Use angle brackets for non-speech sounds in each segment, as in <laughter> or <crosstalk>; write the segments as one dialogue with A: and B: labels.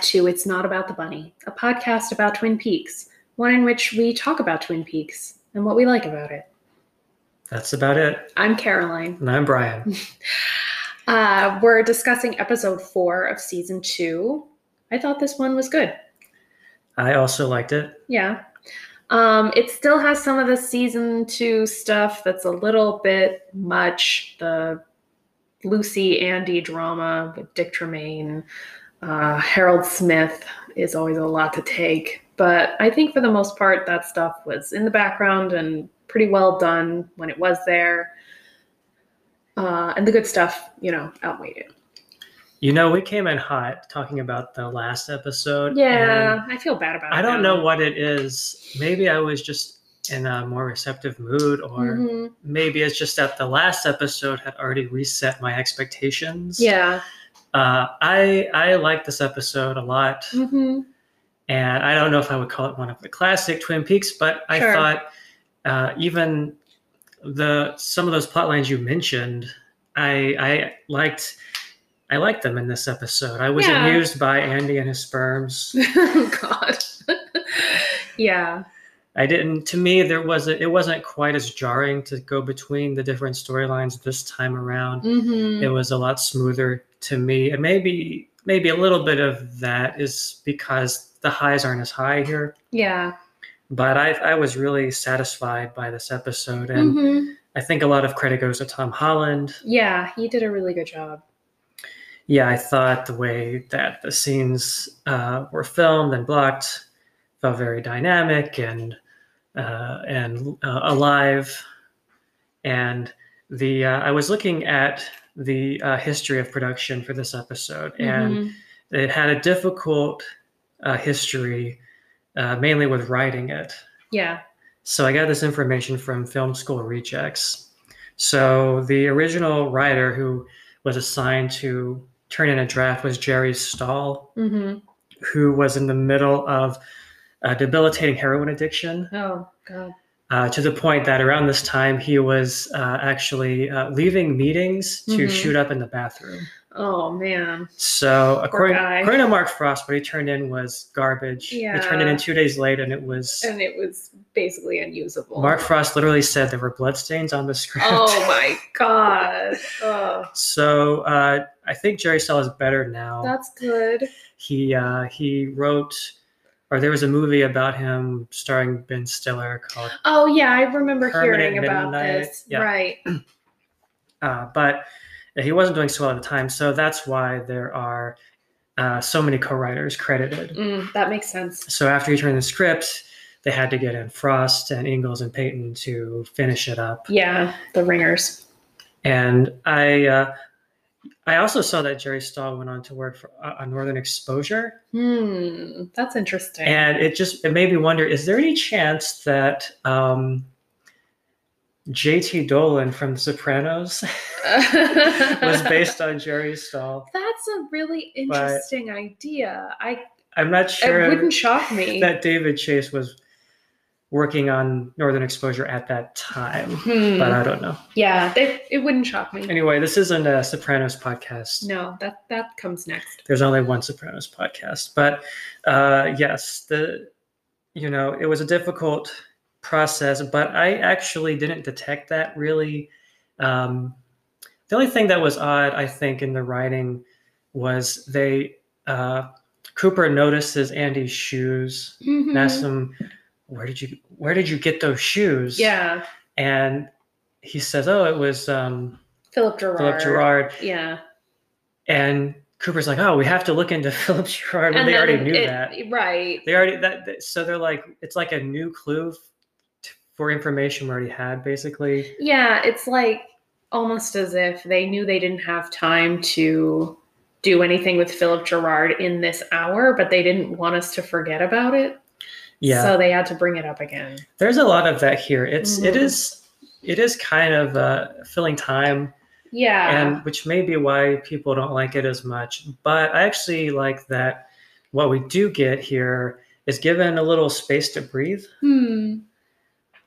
A: to It's Not About the Bunny, a podcast about Twin Peaks, one in which we talk about Twin Peaks and what we like about it.
B: That's about it.
A: I'm Caroline.
B: And
A: <laughs>
B: I'm Brian.
A: Uh, we're discussing episode four of season two. I thought this one was good.
B: I also liked it.
A: Yeah. Um, it still has some of the season two stuff that's a little bit much. The Lucy Andy drama with Dick Tremaine, uh, Harold Smith is always a lot to take. But I think for the most part, that stuff was in the background and pretty well done when it was there. Uh, and the good stuff, you know, outweighed it.
B: You know, we came in hot talking about the last episode. and
A: Yeah, I feel bad about it.
B: I don't
A: now.
B: know what it is. Maybe I was just in a more receptive mood, or
A: Mhm.
B: maybe it's just that the last episode had already reset my expectations.
A: Yeah.
B: Uh, I I like this episode a lot,
A: hmm
B: and I don't know if I would call it one of the classic Twin Peaks, but I
A: Sure.
B: thought uh, even the some of those plot lines you mentioned, I I liked. I liked them in this episode. I was
A: Yeah.
B: amused by Andy and his sperms.
A: oh <laughs> God. yeah.
B: I didn't. To me, there wasn't. It wasn't quite as jarring to go between the different storylines this time around.
A: hmm
B: It was a lot smoother to me, and maybe maybe a little bit of that is because the highs aren't as high here.
A: Yeah.
B: But I I was really satisfied by this episode, and
A: hmm
B: I think a lot of credit goes to Tom Holland.
A: Yeah. He did a really good job.
B: Yeah, I thought the way that the scenes uh, were filmed and blocked felt very dynamic and uh, and uh, alive. And the uh, I was looking at the uh, history of production for this episode, and
A: Mhm.
B: it had a difficult uh, history, uh, mainly with writing it.
A: yeah.
B: So I got this information from Film School Rejects. So the original writer who was assigned to turn in a draft was Jerry Stahl,
A: hmm
B: who was in the middle of a debilitating heroin addiction
A: Oh God.
B: uh, to the point that around this time he was uh, actually uh, leaving meetings to
A: Mhm.
B: shoot up in the bathroom.
A: Oh man.
B: So according,
A: guy.
B: according to Mark Frost, what he turned in was garbage. He turned it
A: Yeah.
B: in two days late, and it was.
A: And it was basically unusable.
B: Mark Frost literally said there were bloodstains on the <laughs> script.
A: oh my God. Oh,
B: So uh, I think Jerry Stahl is better now.
A: that's good.
B: he uh, he wrote, or there was a movie about him starring Ben Stiller called.
A: Oh yeah, I remember
B: Permanent
A: hearing about
B: Midnight,
A: this.
B: yeah.
A: Right.
B: Uh, but he wasn't doing so well at the time, so that's why there are uh, so many co-writers credited.
A: Mm, that makes sense.
B: So after he turned the script, they had to get in Frost and Ingalls and Payton to finish it up.
A: Yeah. The ringers.
B: And I uh, I also saw that Jerry Stahl went on to work for uh, on Northern Exposure.
A: Hmm. That's interesting. <laughs>
B: and it just it made me wonder is there any chance that um jt dolan from the sopranos <laughs> was based on jerry stahl
A: That's a really
B: But-
A: interesting idea. I
B: i'm not
A: it
B: sure
A: wouldn't shock me.
B: that david chase was working on northern exposure at that time
A: Hmm.
B: but i don't know
A: yeah, they, it wouldn't shock me.
B: anyway this isn't a sopranos podcast
A: No, that that comes next.
B: there's only one sopranos podcast but uh yes the you know it was a difficult process but i actually didn't detect that really um the only thing that was odd i think in the writing was they uh cooper notices andy's shoes
A: Mm-hmm.
B: and asks him where did you where did you get those shoes
A: Yeah,
B: and he says oh it was um
A: Philip Gerard.
B: philip gerard
A: Yeah,
B: and Cooper's like, "Oh, we have to look into <laughs> Philip Gerard." Well, they already
A: then
B: knew
A: it-
B: that.
A: right?
B: They already that. that- So they're like, it's like a new clue f- t- for information we already had, basically.
A: Yeah, it's like almost as if they knew they didn't have time to do anything with Philip Gerard in this hour, but they didn't want us to forget about it.
B: Yeah,
A: So they had to bring it up again.
B: there's a lot of that here. It's it
A: Mhm.
B: is it is kind of uh, filling time,
A: Yeah.
B: and which may be why people don't like it as much. But I actually like that what we do get here is given a little space to breathe.
A: hmm.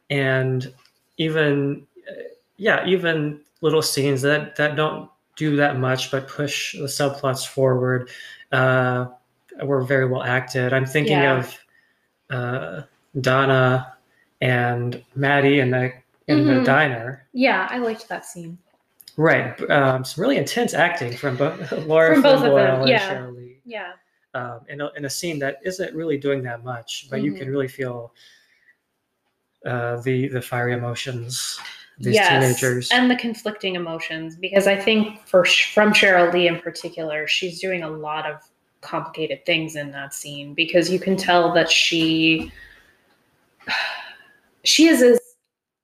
B: and even uh, yeah even little scenes that that don't do that much but push the subplots forward uh were very well acted. I'm thinking
A: Yeah.
B: of uh, Donna and Maddie in the in the
A: Mhm.
B: diner.
A: Yeah, I liked that scene.
B: Right, b- um, some really intense acting from both <laughs> Laura
A: From both of
B: Flynn
A: them,
B: Boyle
A: yeah.
B: and Cheryl Lee.
A: Yeah.
B: um, in, a, in a scene that isn't really doing that much, but you
A: Mm-hmm.
B: can really feel uh, the the fiery emotions of these teenagers.
A: and the conflicting emotions because i think for Sh- from cheryl lee in particular she's doing a lot of complicated things in that scene because you can tell that she <sighs> she is as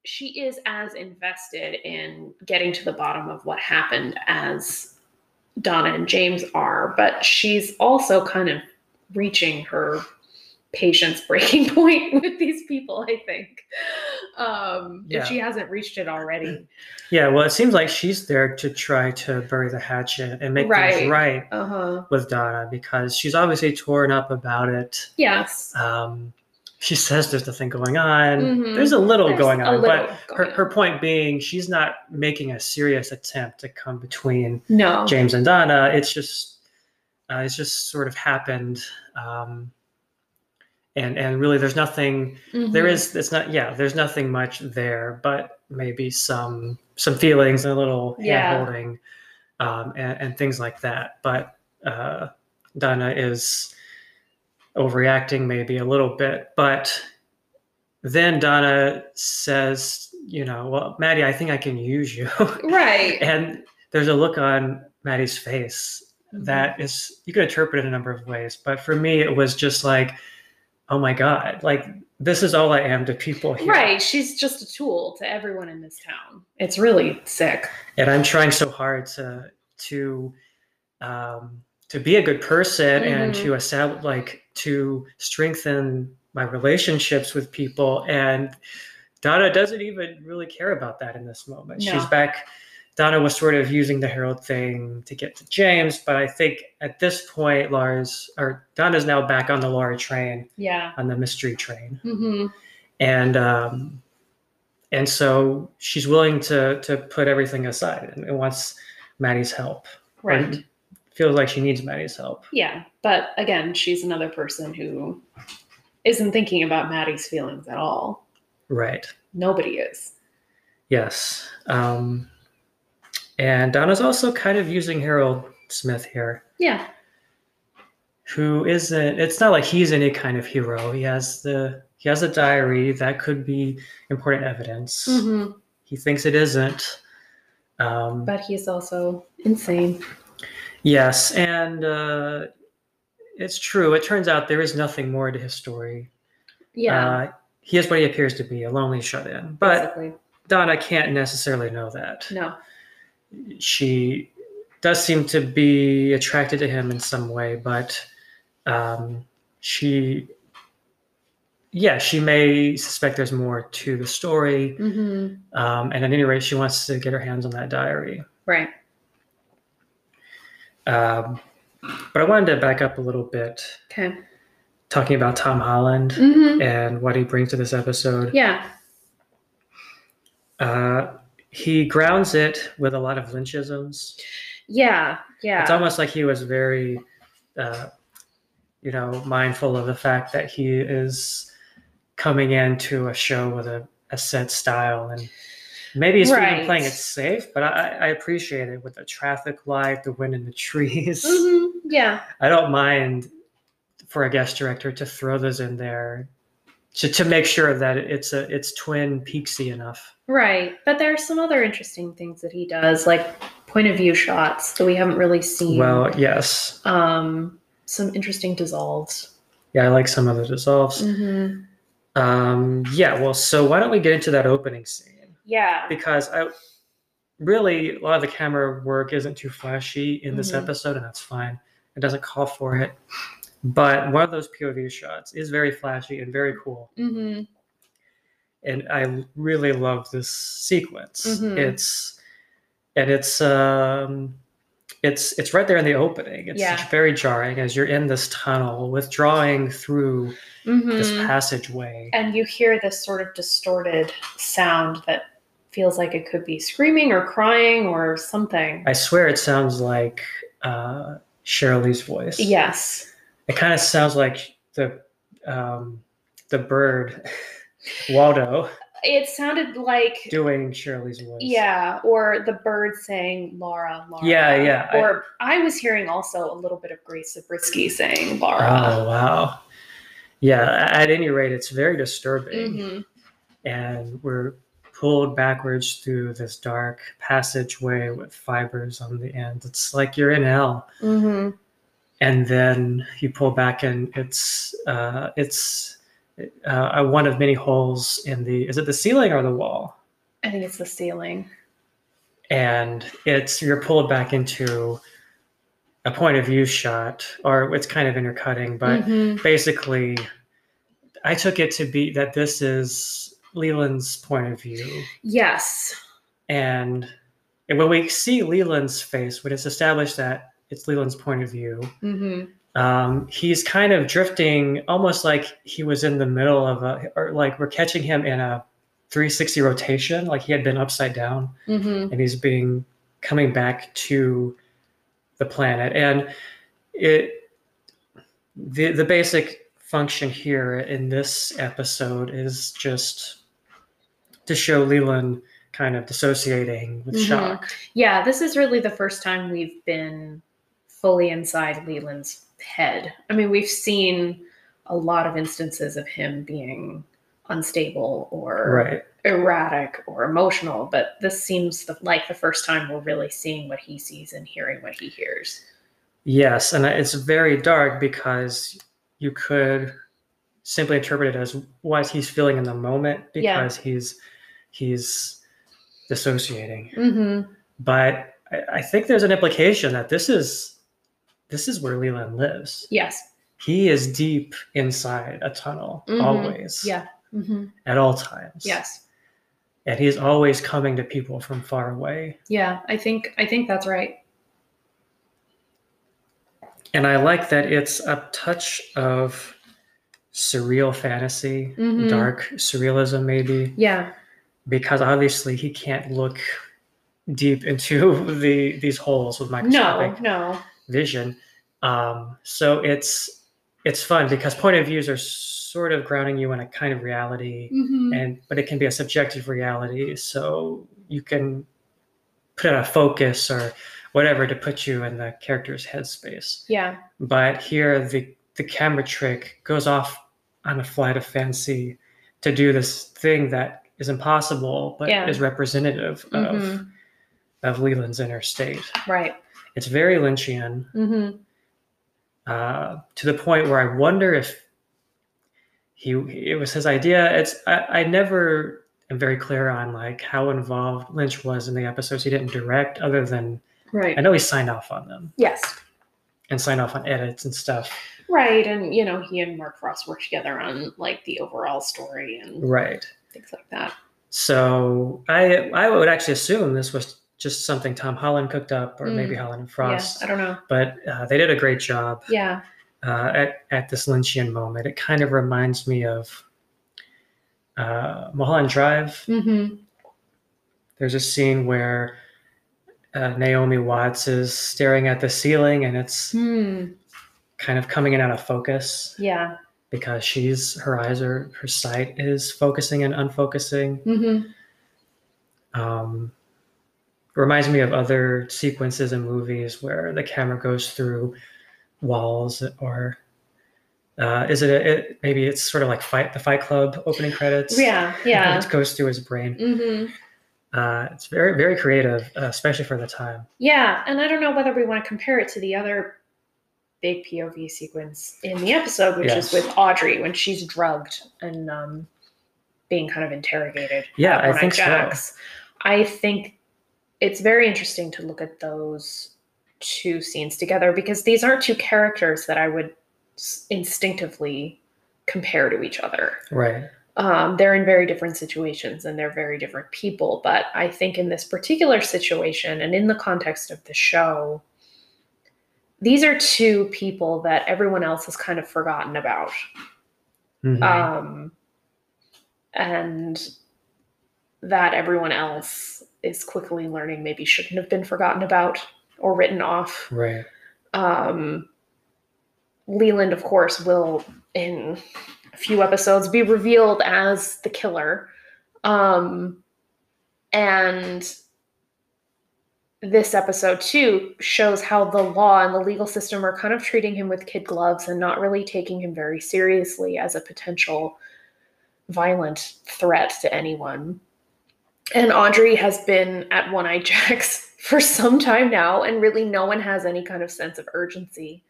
A: she is as invested in getting to the bottom of what happened as donna and james are but she's also kind of reaching her patience <laughs> breaking point with these people i think um
B: Yeah.
A: if she hasn't reached it already
B: yeah, well, it seems like she's there to try to bury the hatchet and make
A: Right.
B: things right
A: uh-huh
B: with Donna because she's obviously torn up about it.
A: yes
B: Um, she says there's nothing going on.
A: Mhm.
B: There's a little going on, but her,
A: going
B: her
A: on.
B: point being she's not making a serious attempt to come between
A: no
B: James and Donna. It's just uh, it's just sort of happened, um, and and really there's nothing. there
A: Mhm.
B: is it's not yeah. There's nothing much there, but maybe some some feelings and a little
A: Yeah.
B: hand holding, um, and, and things like that. But uh, Donna is overreacting maybe a little bit, but then Donna says, you know, well, Maddie, I think I can use you. <laughs>
A: right
B: and there's a look on Maddie's face that is you could interpret it a number of ways but for me it was just like oh my god like this is all i am to people here
A: Mm-hmm. right she's just a tool to everyone in this town it's really sick
B: and i'm trying so hard to to um to be a good person and
A: Mhm.
B: to establish like to strengthen my relationships with people and donna doesn't even really care about that in this moment she's
A: No.
B: back donna was sort of using the herald thing to get to james but i think at this point laura's or donna's now back on the laura train
A: yeah
B: on the mystery train
A: hmm
B: and um, and so she's willing to to put everything aside and, and wants Maddie's help.
A: right
B: And feels like she needs Maddie's help.
A: Yeah, but again, she's another person who isn't thinking about Maddie's feelings at all.
B: Right.
A: Nobody is.
B: Yes. Um, and Donna's also kind of using Harold Smith here,
A: Yeah.
B: who isn't. It's not like he's any kind of hero. He has the he has a diary that could be important evidence.
A: Mm-hmm.
B: He thinks it isn't. Um,
A: But he's also insane.
B: Yes, and uh, it's true. It turns out there is nothing more to his story.
A: Yeah.
B: Uh, he is what he appears to be a lonely shut in. But
A: basically.
B: Donna can't necessarily know that.
A: No.
B: She does seem to be attracted to him in some way, but um, she, yeah, she may suspect there's more to the story.
A: Mm-hmm.
B: Um, and at any rate, she wants to get her hands on that diary.
A: Right.
B: Um, but I wanted to back up a little bit,
A: Okay.
B: talking about Tom Holland
A: Mm-hmm.
B: and what he brings to this episode.
A: Yeah.
B: Uh, he grounds it with a lot of Lynchisms.
A: Yeah. Yeah.
B: It's almost like he was very, uh, you know, mindful of the fact that he is coming into a show with a, a set style and. Maybe he's
A: Right.
B: even playing it safe, but I, I appreciate it with the traffic light, the wind in the trees.
A: Mhm. Yeah.
B: <laughs> I don't mind for a guest director to throw those in there to, to make sure that it's a it's twin peaksy enough.
A: Right. But there are some other interesting things that he does, like point of view shots that we haven't really seen.
B: Well, yes.
A: um, some interesting dissolves.
B: Yeah, I like some of the dissolves.
A: Mm-hmm.
B: Um, yeah, well, so why don't we get into that opening scene?
A: Yeah.
B: Because I really a lot of the camera work isn't too flashy in this
A: Mhm.
B: episode, and that's fine. It doesn't call for it. But one of those POV shots is very flashy and very cool.
A: Mm-hmm.
B: and I really love this sequence.
A: Mhm.
B: It's and it's um it's it's right there in the opening. It's
A: Yeah.
B: very jarring as you're in this tunnel, withdrawing through this
A: Mm-hmm.
B: passageway.
A: and you hear this sort of distorted sound that feels like it could be screaming or crying or something.
B: I swear it sounds like uh Shirley's voice.
A: yes.
B: It kind of sounds like the um, the bird <laughs> Waldo
A: It sounded like
B: doing Shirley's voice.
A: yeah, or the bird saying Laura, Laura.
B: Yeah, yeah, I-
A: Or I, was hearing also a little bit of Grace Zabriskie saying Laura.
B: Oh wow. Yeah. a- At any rate, it's very disturbing,
A: Mhm.
B: and we're pulled backwards through this dark passageway with fibers on the end. It's like you're in hell.
A: Mhm.
B: and then you pull back and it's uh, it's uh, one of many holes in the is it the ceiling or the wall
A: I think it's the ceiling.
B: and it's you're pulled back into a point of view shot or it's kind of intercutting but
A: Mhm.
B: basically i took it to be that this is leland's point of view
A: Yes.
B: and and when we see leland's face when it's established that it's leland's point of view
A: hmm
B: um, he's kind of drifting almost like he was in the middle of a or like we're catching him in a 360 rotation like he had been upside down
A: hmm
B: and he's being coming back to the planet and it the the basic function here in this episode is just to show leland kind of dissociating with
A: Mhm.
B: shock
A: Yeah, this is really the first time we've been fully inside Leland's head. I mean, we've seen a lot of instances of him being unstable or
B: right
A: erratic or emotional, but this seems the, like the first time we're really seeing what he sees and hearing what he hears.
B: Yes, and it's very dark because you could simply interpret it as what he's feeling in the moment
A: Yeah.
B: because he's he's dissociating.
A: Mm-hmm.
B: But I, I think there's an implication that this is this is where Leland lives.
A: Yes.
B: He is deep inside a tunnel
A: Mhm.
B: always,
A: Yeah. Mm-hmm.
B: at all times.
A: Yes.
B: and he's always coming to people from far away.
A: Yeah. I think I think that's right.
B: And I like that it's a touch of surreal fantasy,
A: Mhm.
B: dark surrealism, maybe,
A: Yeah.
B: because obviously he can't look deep <laughs> into the these holes with
A: No.
B: microscopic
A: No.
B: vision. Um, so it's it's fun because point of views are sort of grounding you in a kind of reality,
A: Mm-hmm.
B: and but it can be a subjective reality. So you can put a focus or whatever to put you in the character's headspace
A: Yeah.
B: but here the the camera trick goes off on a flight of fancy to do this thing that is impossible but
A: Yeah.
B: is representative of
A: Mhm.
B: of Leland's inner state.
A: Right.
B: It's very Lynchian
A: Mm-hmm.
B: uh, to the point where I wonder if he it was his idea. It's I, I never am very clear on like how involved Lynch was in the episodes he didn't direct other than
A: Right.
B: I know he signed off on them
A: Yes.
B: and signed off on edits and stuff.
A: Right, and you know, he and Mark Frost worked together on like the overall story and
B: Right.
A: things like that.
B: So I I would actually assume this was just something Tom Holland cooked up, or maybe Holland and Frost.
A: Mm. Yeah, I don't know.
B: but uh, they did a great job
A: Yeah,
B: uh, at at this Lynchian moment. It kind of reminds me of uh, Mulholland Drive.
A: mm-hmm.
B: There's a scene where uh, Naomi Watts is staring at the ceiling, and it's kind of coming in out of focus
A: Hmm. yeah,
B: because she's her eyes are her sight is focusing and unfocusing.
A: mm-hmm.
B: um, reminds me of other sequences in movies where the camera goes through walls or uh, is it, it maybe it's sort of like fight the fight club opening credits
A: yeah, yeah,
B: <laughs> it goes through his brain
A: mm-hmm.
B: uh, it's very very creative uh, especially for the time
A: yeah. And I don't know whether we want to compare it to the other big POV sequence in the episode, which
B: Yes.
A: is with Audrey when she's drugged and um, being kind of interrogated.
B: yeah i
A: One-Eyed
B: think so
A: Jacks. I think it's very interesting to look at those two scenes together because these are two characters that I would s- instinctively compare to each other.
B: right
A: Um, they're in very different situations and they're very different people, but I think in this particular situation and in the context of the show, these are two people that everyone else has kind of forgotten about
B: Mhm.
A: um, and that everyone else is quickly learning maybe shouldn't have been forgotten about or written off
B: right
A: um, Leland, of course, will in a few episodes be revealed as the killer. Um, and this episode, too, shows how the law and the legal system are kind of treating him with kid gloves and not really taking him very seriously as a potential violent threat to anyone. And Audrey has been at One Eye Jack's <laughs> for some time now, and really no one has any kind of sense of urgency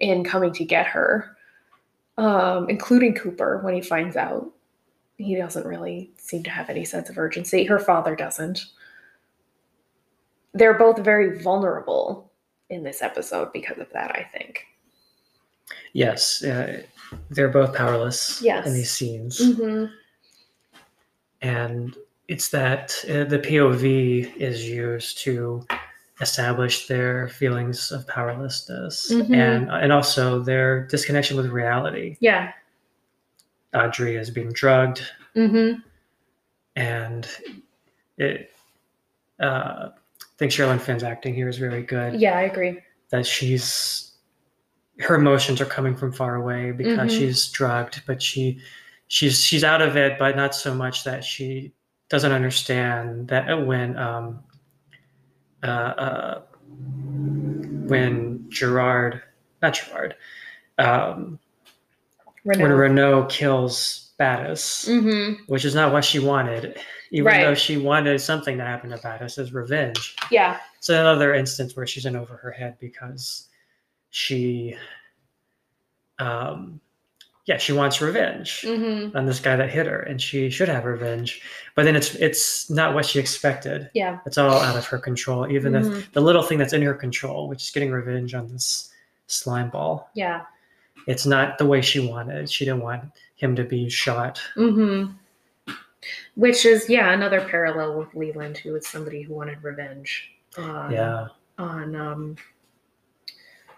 A: in coming to get her, um, including Cooper when he finds out. He doesn't really seem to have any sense of urgency. Her father doesn't. They're both very vulnerable in this episode because of that, I think.
B: Yes, uh, they're both powerless
A: Yes.
B: in these scenes,
A: Mm-hmm.
B: and it's that uh, the POV is used to establish their feelings of powerlessness
A: Mhm.
B: and and also their disconnection with reality.
A: Yeah.
B: Audrey is being drugged,
A: Mm-hmm.
B: and it. Uh, I think Sherilyn Finn's acting here is very good.
A: Yeah, I agree.
B: that she's her emotions are coming from far away because
A: Mhm.
B: she's drugged but she she's she's out of it but not so much that she doesn't understand that when um uh, uh when gerard not gerard um when
A: Renee.
B: renault kills battis
A: Mm-hmm.
B: which is not what she wanted even though
A: Right.
B: she wanted something to happen to battis as revenge
A: Yeah.
B: it's another instance where she's in over her head because she um yeah she wants revenge
A: Mm-hmm.
B: on this guy that hit her and she should have revenge but then it's it's not what she expected
A: Yeah.
B: it's all out of her control even the,
A: Mhm.
B: the little thing that's in her control which is getting revenge on this slime ball
A: Yeah.
B: it's not the way she wanted she didn't want him to be shot
A: Mm-hmm. Which is, yeah, another parallel with Leland, who was somebody who wanted revenge on,
B: yeah
A: on um,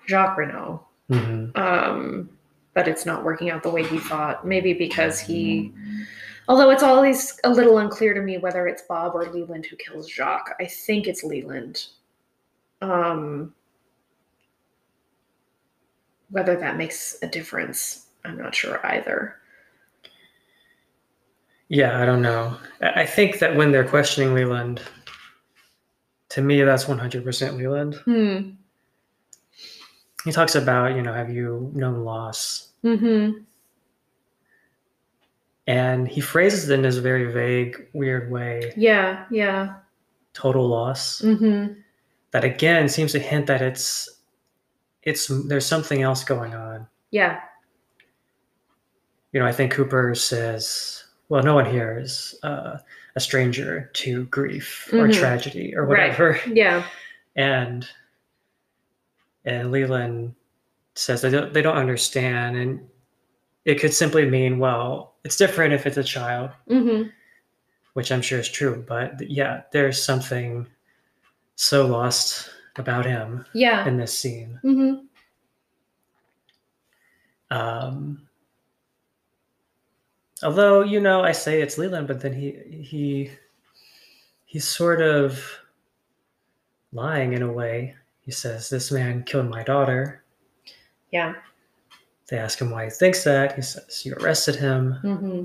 A: Jacques Renault.
B: hmm
A: Um, but it's not working out the way he thought. Maybe because he, although it's always a little unclear to me whether it's Bob or Leland who kills Jacques. I think it's Leland. Um, whether that makes a difference, I'm not sure either.
B: Yeah, I don't know. I I think that when they're questioning Leland, to me, that's 100% Leland.
A: Hmm.
B: He talks about, you know, have you known loss?
A: Mm-hmm.
B: And he phrases it in this very vague, weird way
A: Yeah, yeah.
B: total loss.
A: Mm-hmm.
B: That again seems to hint that it's, it's, there's something else going on.
A: Yeah.
B: You know, I think Cooper says, well, no one here is uh, a stranger to grief or
A: Mhm.
B: tragedy or
A: Right.
B: whatever.
A: Yeah.
B: and and Leland says they don't they don't understand, and it could simply mean well, it's different if it's a child,
A: Mm-hmm.
B: which I'm sure is true, but yeah, there's something so lost about him
A: Yeah.
B: in this scene.
A: Mm-hmm.
B: Um, although you know, I say it's Leland, but then he he he's sort of lying in a way. He says, "This man killed my daughter."
A: Yeah.
B: They ask him why he thinks that. He says, You arrested him.
A: Mm-hmm.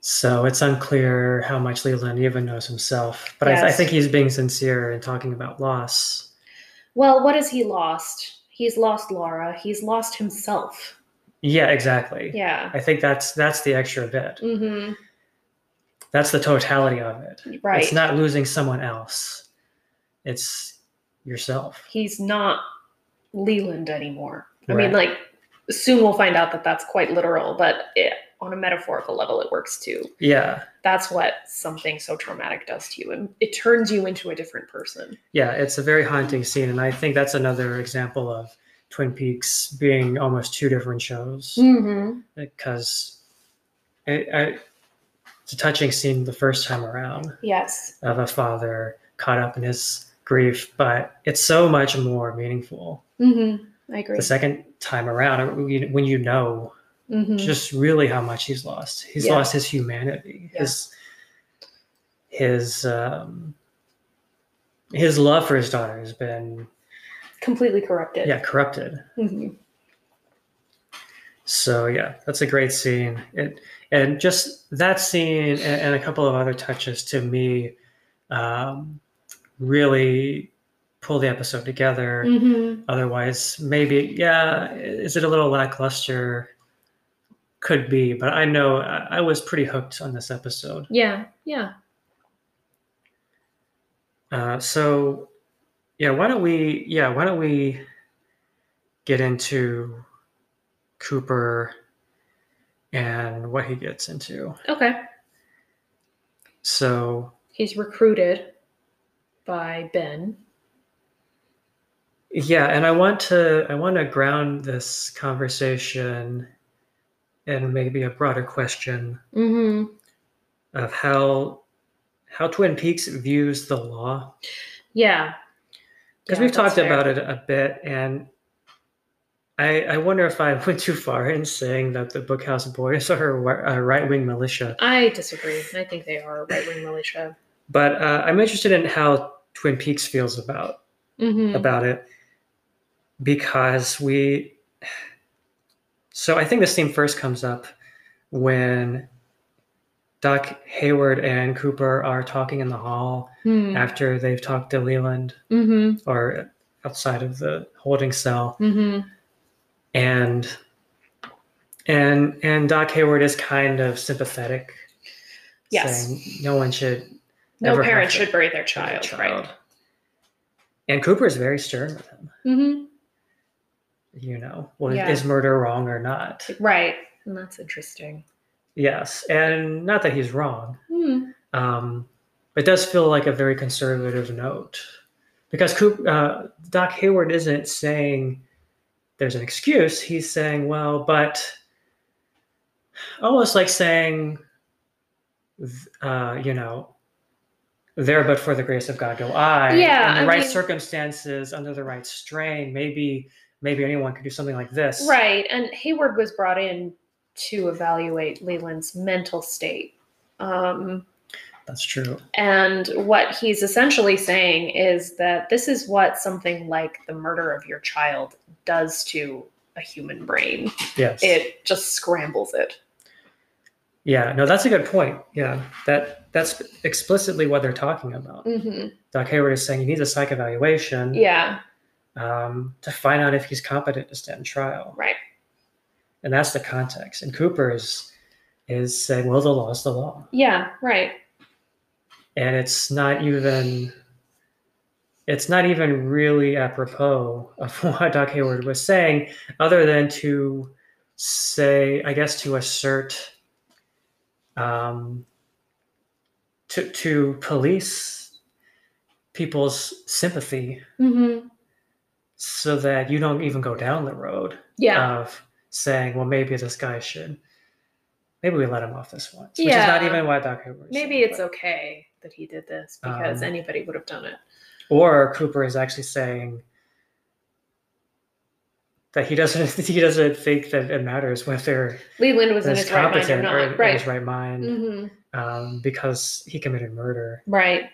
B: So it's unclear how much Leland even knows himself. But I, I
A: Yes.
B: think he's being sincere in talking about loss.
A: Well, what has he lost? He's lost Laura. He's lost himself.
B: Yeah, exactly.
A: Yeah.
B: I think that's that's the extra bit.
A: Mm-hmm.
B: That's the totality of it.
A: Right.
B: It's not losing someone else. It's yourself.
A: He's not Leland anymore. I mean, like, soon we'll find out that that's quite literal, but it, on a metaphorical level, it works too.
B: Yeah.
A: That's what something so traumatic does to you, and it turns you into a different person.
B: Yeah, it's a very haunting scene. And I think that's another example of Twin Peaks being almost two different shows.
A: Mm-hmm.
B: because I, I, it's a touching scene the first time around
A: Yes.
B: of a father caught up in his grief, but it's so much more meaningful
A: Mm-hmm. I agree.
B: the second time around when you- when you know
A: Mm-hmm.
B: just really how much he's lost. He's
A: Yeah.
B: lost his humanity,
A: Yeah.
B: his his um, his love for his daughter has been
A: completely corrupted.
B: yeah, corrupted.
A: Mhm.
B: So yeah, that's a great scene. It and just that scene and, and a couple of other touches to me um, really pull the episode together.
A: Mhm.
B: Otherwise, maybe yeah, i- is it a little lackluster? Could be, but I know I, I was pretty hooked on this episode.
A: Yeah. Yeah.
B: Uh, so yeah, why don't we yeah why don't we get into Cooper and what he gets into.
A: Okay.
B: So
A: He's recruited by Ben.
B: yeah, and I want to I want to ground this conversation and maybe a broader question
A: Mm-hmm.
B: of how how Twin Peaks views the law
A: Yeah.
B: because
A: Yeah,
B: we've
A: that's
B: talked
A: fair.
B: about it a bit and. I, I wonder if I <laughs> went too far in saying that the Bookhouse Boys are a right wing militia.
A: I disagree. I think they are right wing militia.
B: but uh, I'm interested in how Twin Peaks feels about
A: Mm-hmm.
B: about it because we. So I think this theme first comes up when Doc Hayward and Cooper are talking in the hall
A: Mm.
B: after they've talked to Leland
A: Mm-hmm.
B: or outside of the holding cell,
A: Mm-hmm.
B: and and and Doc Hayward is kind of sympathetic,
A: Yes.
B: saying no one should
A: No
B: Never
A: parent
B: have
A: should bury their
B: to have a
A: child, right?
B: And Cooper is very stern with him.
A: Mm-hmm.
B: You know, well,
A: Yeah.
B: is murder wrong or not?
A: Right. And that's interesting.
B: Yes, and not that he's wrong.
A: Mm.
B: Um, it does feel like a very conservative note because Coop, uh, Doc Hayward isn't saying there's an excuse. He's saying, well, but almost like saying, th- uh, you know, there but for the grace of God go I.
A: Yeah,
B: In the
A: I
B: right
A: mean-
B: circumstances, under the right strain, maybe maybe anyone could do something like this.
A: Right. And Hayward was brought in to evaluate Leland's mental state. Um,
B: That's true.
A: and what he's essentially saying is that this is what something like the murder of your child does to a human brain.
B: Yes.
A: It just scrambles it.
B: yeah. No, that's a good point. Yeah. That that's explicitly what they're talking about.
A: Mm-hmm.
B: Doc Hayward is saying he needs a psych evaluation
A: Yeah.
B: um, to find out if he's competent to stand trial,
A: Right.
B: and that's the context. And Cooper is is saying, "Well, the law is the law,
A: Yeah. Right.
B: and it's not even it's not even really apropos of <laughs> what Doc Hayward was saying, other than to say, I guess, to assert, um, to to police people's sympathy."
A: Mm-hmm.
B: so that you don't even go down the road
A: Yeah.
B: of saying, well, maybe this guy should, maybe we let him off this once, which is not
A: Yeah.
B: even what Doc Hayward. is
A: Maybe
B: saying,
A: it's
B: but-
A: okay that he did this because
B: Um,
A: anybody would have done it.
B: or Cooper is actually saying that he doesn't <laughs> he doesn't think that it matters whether
A: Leland was in
B: he's
A: his right mind or
B: competent
A: not.
B: in his
A: right.
B: right mind
A: hmm
B: um, because he committed murder.
A: Right.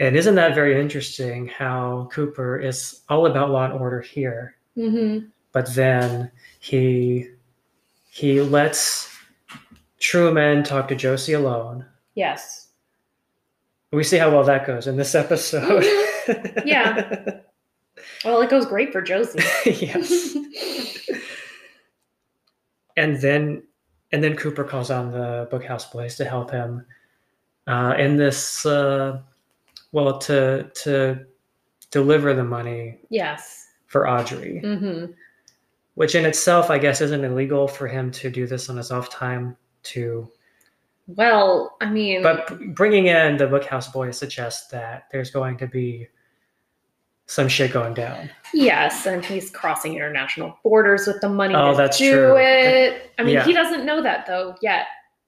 B: And isn't that very interesting? How Cooper is all about law and order here.
A: hmm
B: but then he he lets Truman talk to Josie alone.
A: Yes.
B: We see how well that goes in this episode.
A: <laughs> Yeah. Well, it goes great for Josie.
B: <laughs> yes. And then and then Cooper calls on the bookhouse boys to help him uh, in this uh, well to to deliver the money
A: yes.
B: for Audrey,
A: hmm
B: which in itself I guess isn't illegal for him to do this on his off time to
A: Well, I mean,
B: But b- bringing in the Bookhouse Boys suggests that there's going to be some shit going down.
A: yes, and he's crossing international borders with the money
B: Oh,
A: to
B: that's
A: do
B: true.
A: it. I mean,
B: Yeah.
A: he doesn't know that though yet.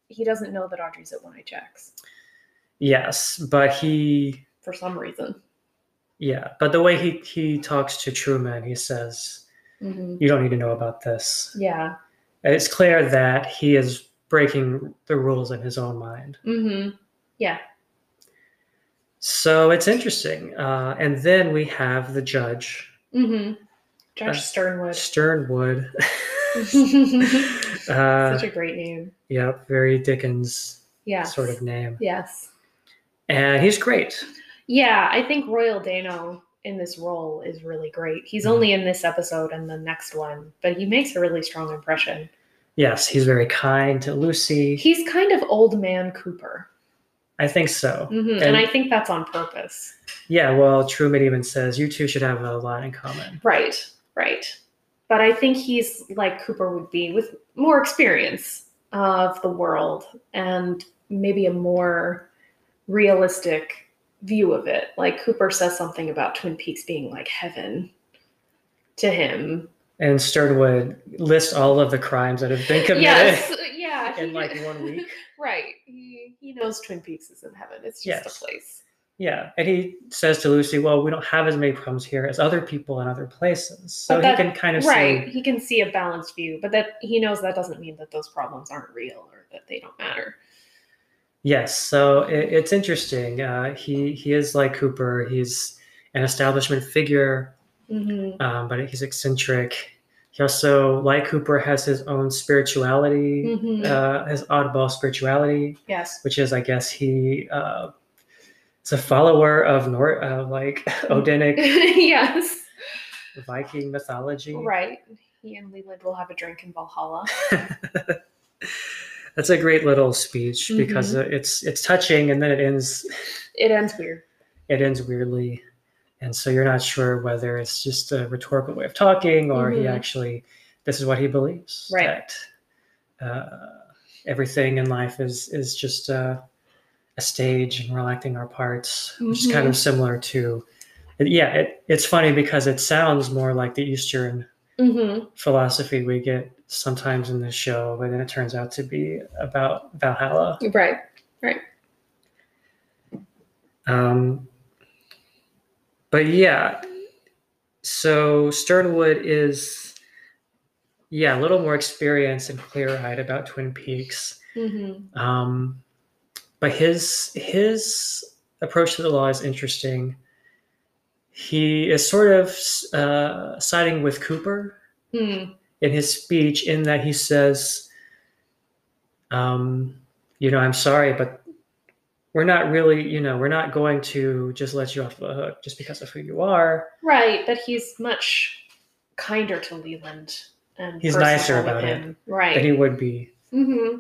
A: He doesn't know that Audrey's at one eye checks
B: Yes, but he,
A: for some reason.
B: yeah, but the way he he talks to Truman, he says,
A: hmm
B: "You don't need to know about this."
A: Yeah.
B: And It's clear that he is breaking the rules in his own mind.
A: hmm
B: So it's interesting. Uh, and then we have the judge
A: Mm-hmm. Josh Sternwood.
B: Sternwood.
A: <laughs> Such
B: uh,
A: a great name.
B: yeah, very Dickens
A: Yes.
B: sort of name.
A: Yes.
B: And he's great.
A: Yeah, I think Royal Dano in this role is really great. He's
B: Mhm.
A: only in this episode and the next one, but he makes a really strong impression.
B: Yes, he's very kind to Lucy.
A: He's kind of old man Cooper.
B: I think so.
A: hmm And,
B: Oh, And-
A: I think that's on purpose.
B: Yeah, well, True Medievan says you two should have a lot in common.
A: Right, right. But I think he's like Cooper would be with more experience of the world and maybe a more realistic view of it. Like Cooper says something about Twin Peaks being like heaven to him.
B: And Sternwood lists all of the crimes that have been committed
A: Yes, uh, yeah.
B: <laughs> in
A: he-
B: like one week.
A: <laughs> Right. He, he knows Twin Peaks is in heaven. It's just
B: Yes.
A: a place.
B: Yeah, and he says to Lucy, "Well, we don't have as many problems here as other people in other places." So
A: But that-
B: he can kind of
A: Right.
B: see,
A: He can see a balanced view, but that he knows that doesn't mean that those problems aren't real or that they don't matter.
B: yes. So it, it's interesting. Uh, he he is like Cooper. He's an establishment figure,
A: hmm
B: um, but he's eccentric. He also, like Cooper, has his own spirituality,
A: hmm
B: uh, his oddball spirituality,
A: yes.
B: which is, I guess, he uh, is a follower of Nor- uh, like <laughs>
A: <laughs> <laughs>
B: Odinic
A: yes.
B: Viking mythology.
A: Right. He and Leland will have a drink in Valhalla.
B: That's a great little speech because it's it's touching and then it ends
A: It ends weird.
B: it ends weirdly, and so you're not sure whether it's just a rhetorical way of talking or he
A: Mhm.
B: actually this is what he believes.
A: Right.
B: that, uh, everything in life is is just uh, a stage, and we're all acting our parts, which is kind of similar to. Yeah, it, it's funny because it sounds more like the Eastern
A: Mm-hmm.
B: philosophy we get sometimes in this show, but then it turns out to be about Valhalla.
A: Right.
B: Um, but yeah, so Sternwood is, yeah, a little more experienced and clear eyed about Twin Peaks.
A: Mm-hmm.
B: Um, but his his approach to the law is interesting. He is sort of uh, siding with Cooper
A: Hmm.
B: in his speech in that he says, um, you know, I'm sorry, but we're not really, you know, we're not going to just let you off the hook just because of who you are.
A: Right. But he's much kinder to Leland and
B: He's nicer
A: personable with
B: about it
A: him. Right.
B: That he would be.
A: mm-hmm.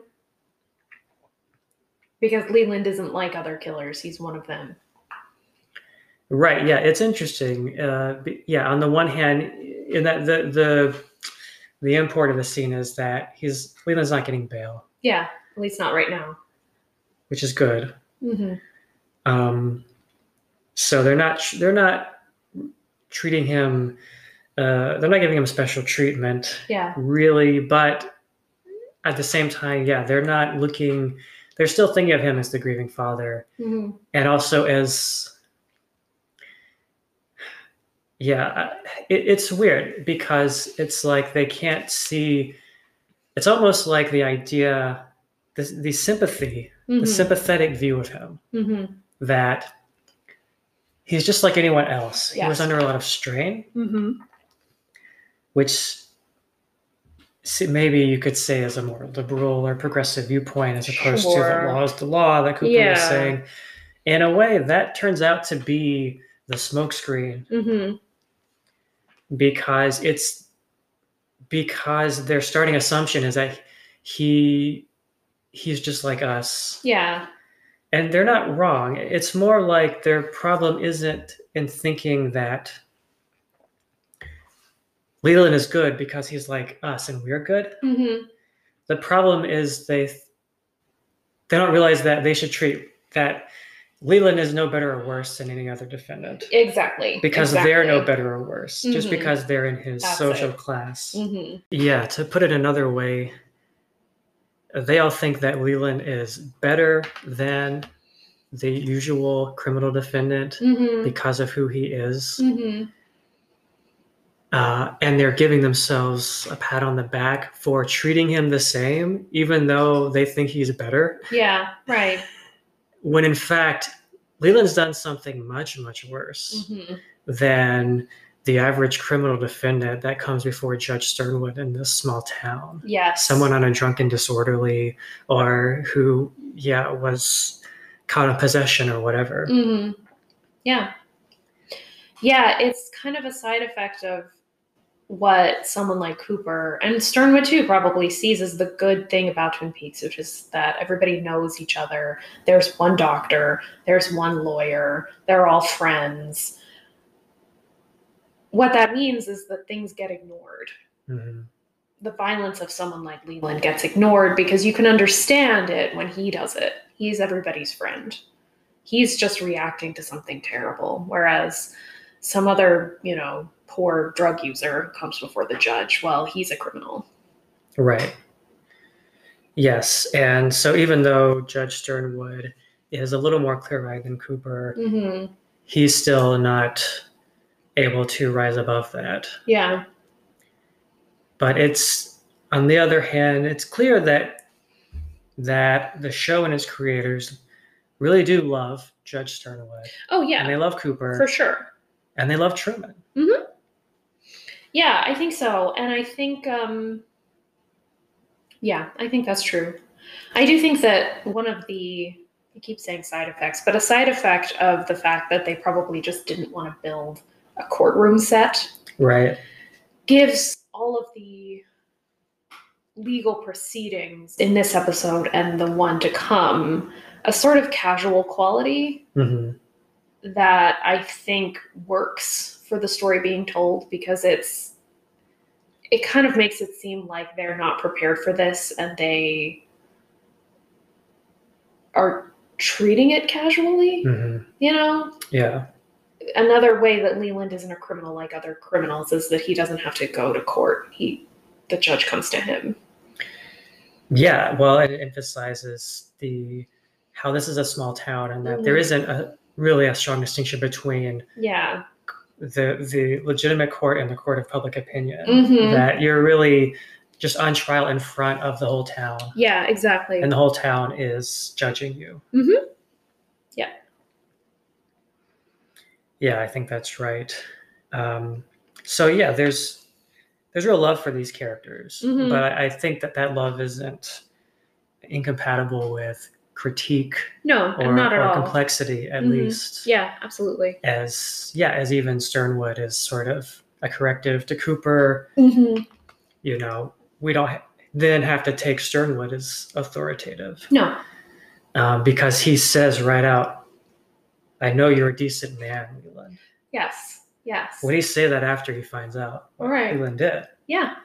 A: Because Leland isn't like other killers. He's one of them.
B: Right. Yeah. It's interesting. Uh, b- yeah. On the one hand, in that the, the, the import of the scene is that he's Leland's not getting bail,
A: Yeah. At least not right now.
B: which is good.
A: Mm-hmm.
B: Um, so they're not they're not treating him. Uh, they're not giving him special treatment,
A: Yeah.
B: really. But at the same time, yeah, they're not looking. They're still thinking of him as the grieving father,
A: Mm-hmm.
B: and also as yeah, I- it, it's weird because it's like they can't see. It's almost like the idea, the, the sympathy, the sympathetic view of him
A: Mm-hmm.
B: that he's just like anyone else. He
A: Yes.
B: was under a lot of strain,
A: Mm-hmm.
B: which s- maybe you could say is a more liberal or progressive viewpoint as opposed to
A: Sure.
B: the law is the law that Cooper was
A: Yeah.
B: saying. In a way, that turns out to be the smokescreen
A: Mm-hmm.
B: because it's because their starting assumption is that he he's just like us
A: Yeah.
B: and they're not wrong it's more like their problem isn't in thinking that leland is good because he's like us and we're good
A: Mm-hmm.
B: the problem is they they don't realize that they should treat that leland is no better or worse than any other defendant
A: Exactly.
B: because
A: exactly.
B: they're no better or worse just
A: Mhm.
B: because they're in his
A: That's
B: social
A: it.
B: class
A: Mm-hmm.
B: yeah to put it another way they all think that Leland is better than the usual criminal defendant
A: Mm-hmm.
B: because of who he is.
A: Mm-hmm.
B: Uh, and they're giving themselves a pat on the back for treating him the same, even though they think he's better,
A: Yeah. Right.
B: when in fact, Leland's done something much, much worse
A: Mm-hmm.
B: than the average criminal defendant that comes before Judge Sternwood in this small town.
A: Yes.
B: Someone on a drunken disorderly or who, yeah, was caught in possession or whatever.
A: hmm Yeah. Yeah, it's kind of a side effect of what someone like Cooper and Sternwood too probably sees as the good thing about Twin Peaks, which is that everybody knows each other. There's one doctor, there's one lawyer, they're all friends. What that means is that things get ignored
B: Mhm.
A: the violence of someone like Leland gets ignored because you can understand it when he does it. He's everybody's friend. He's just reacting to something terrible. Whereas some other, you know, poor drug user comes before the judge, well, he's a criminal.
B: Right. Yes. And so even though Judge Sternwood is a little more clear eyed than Cooper,
A: Mm-hmm.
B: he's still not able to rise above that.
A: Yeah.
B: But it's, on the other hand, it's clear that that the show and its creators really do love Judge Sternwood.
A: Oh,
B: And
A: yeah,
B: they love Cooper.
A: for sure.
B: And they love Truman.
A: Yeah, I think so. And I think, um, yeah, I think that's true. I do think that one of the, I keep saying side effects, but a side effect of the fact that they probably just didn't want to build a courtroom set
B: Right.
A: gives all of the legal proceedings in this episode and the one to come a sort of casual quality
B: hmm
A: that I think works for the story being told because it's it kind of makes it seem like they're not prepared for this and they are treating it casually,
B: hmm
A: you know?
B: Yeah.
A: Another way that Leland isn't a criminal like other criminals is that he doesn't have to go to court. He the judge comes to him.
B: Yeah, well, it emphasizes the how this is a small town and that there
A: Mhm.
B: isn't a really a strong distinction between
A: Yeah.
B: the the legitimate court and the court of public opinion.
A: Mhm.
B: That you're really just on trial in front of the whole town,
A: Yeah, exactly.
B: and the whole town is judging you.
A: Mhm. Yeah.
B: Yeah, I think that's right. Um, so yeah, there's there's real love for these characters,
A: Mhm.
B: but I, I think that that love isn't incompatible with critique
A: no,
B: or,
A: Uh, not at
B: or
A: all.
B: complexity, at
A: Mhm.
B: least.
A: Yeah, absolutely.
B: As yeah, as even Sternwood is sort of a corrective to Cooper.
A: Mm-hmm.
B: You know, we don't ha- then have to take Sternwood as authoritative
A: No.
B: um, because he says right out, "I know you're a decent man, Leland."
A: Yes. Yes.
B: Would he say that after he finds out what
A: Right.
B: Leland did?
A: Yeah.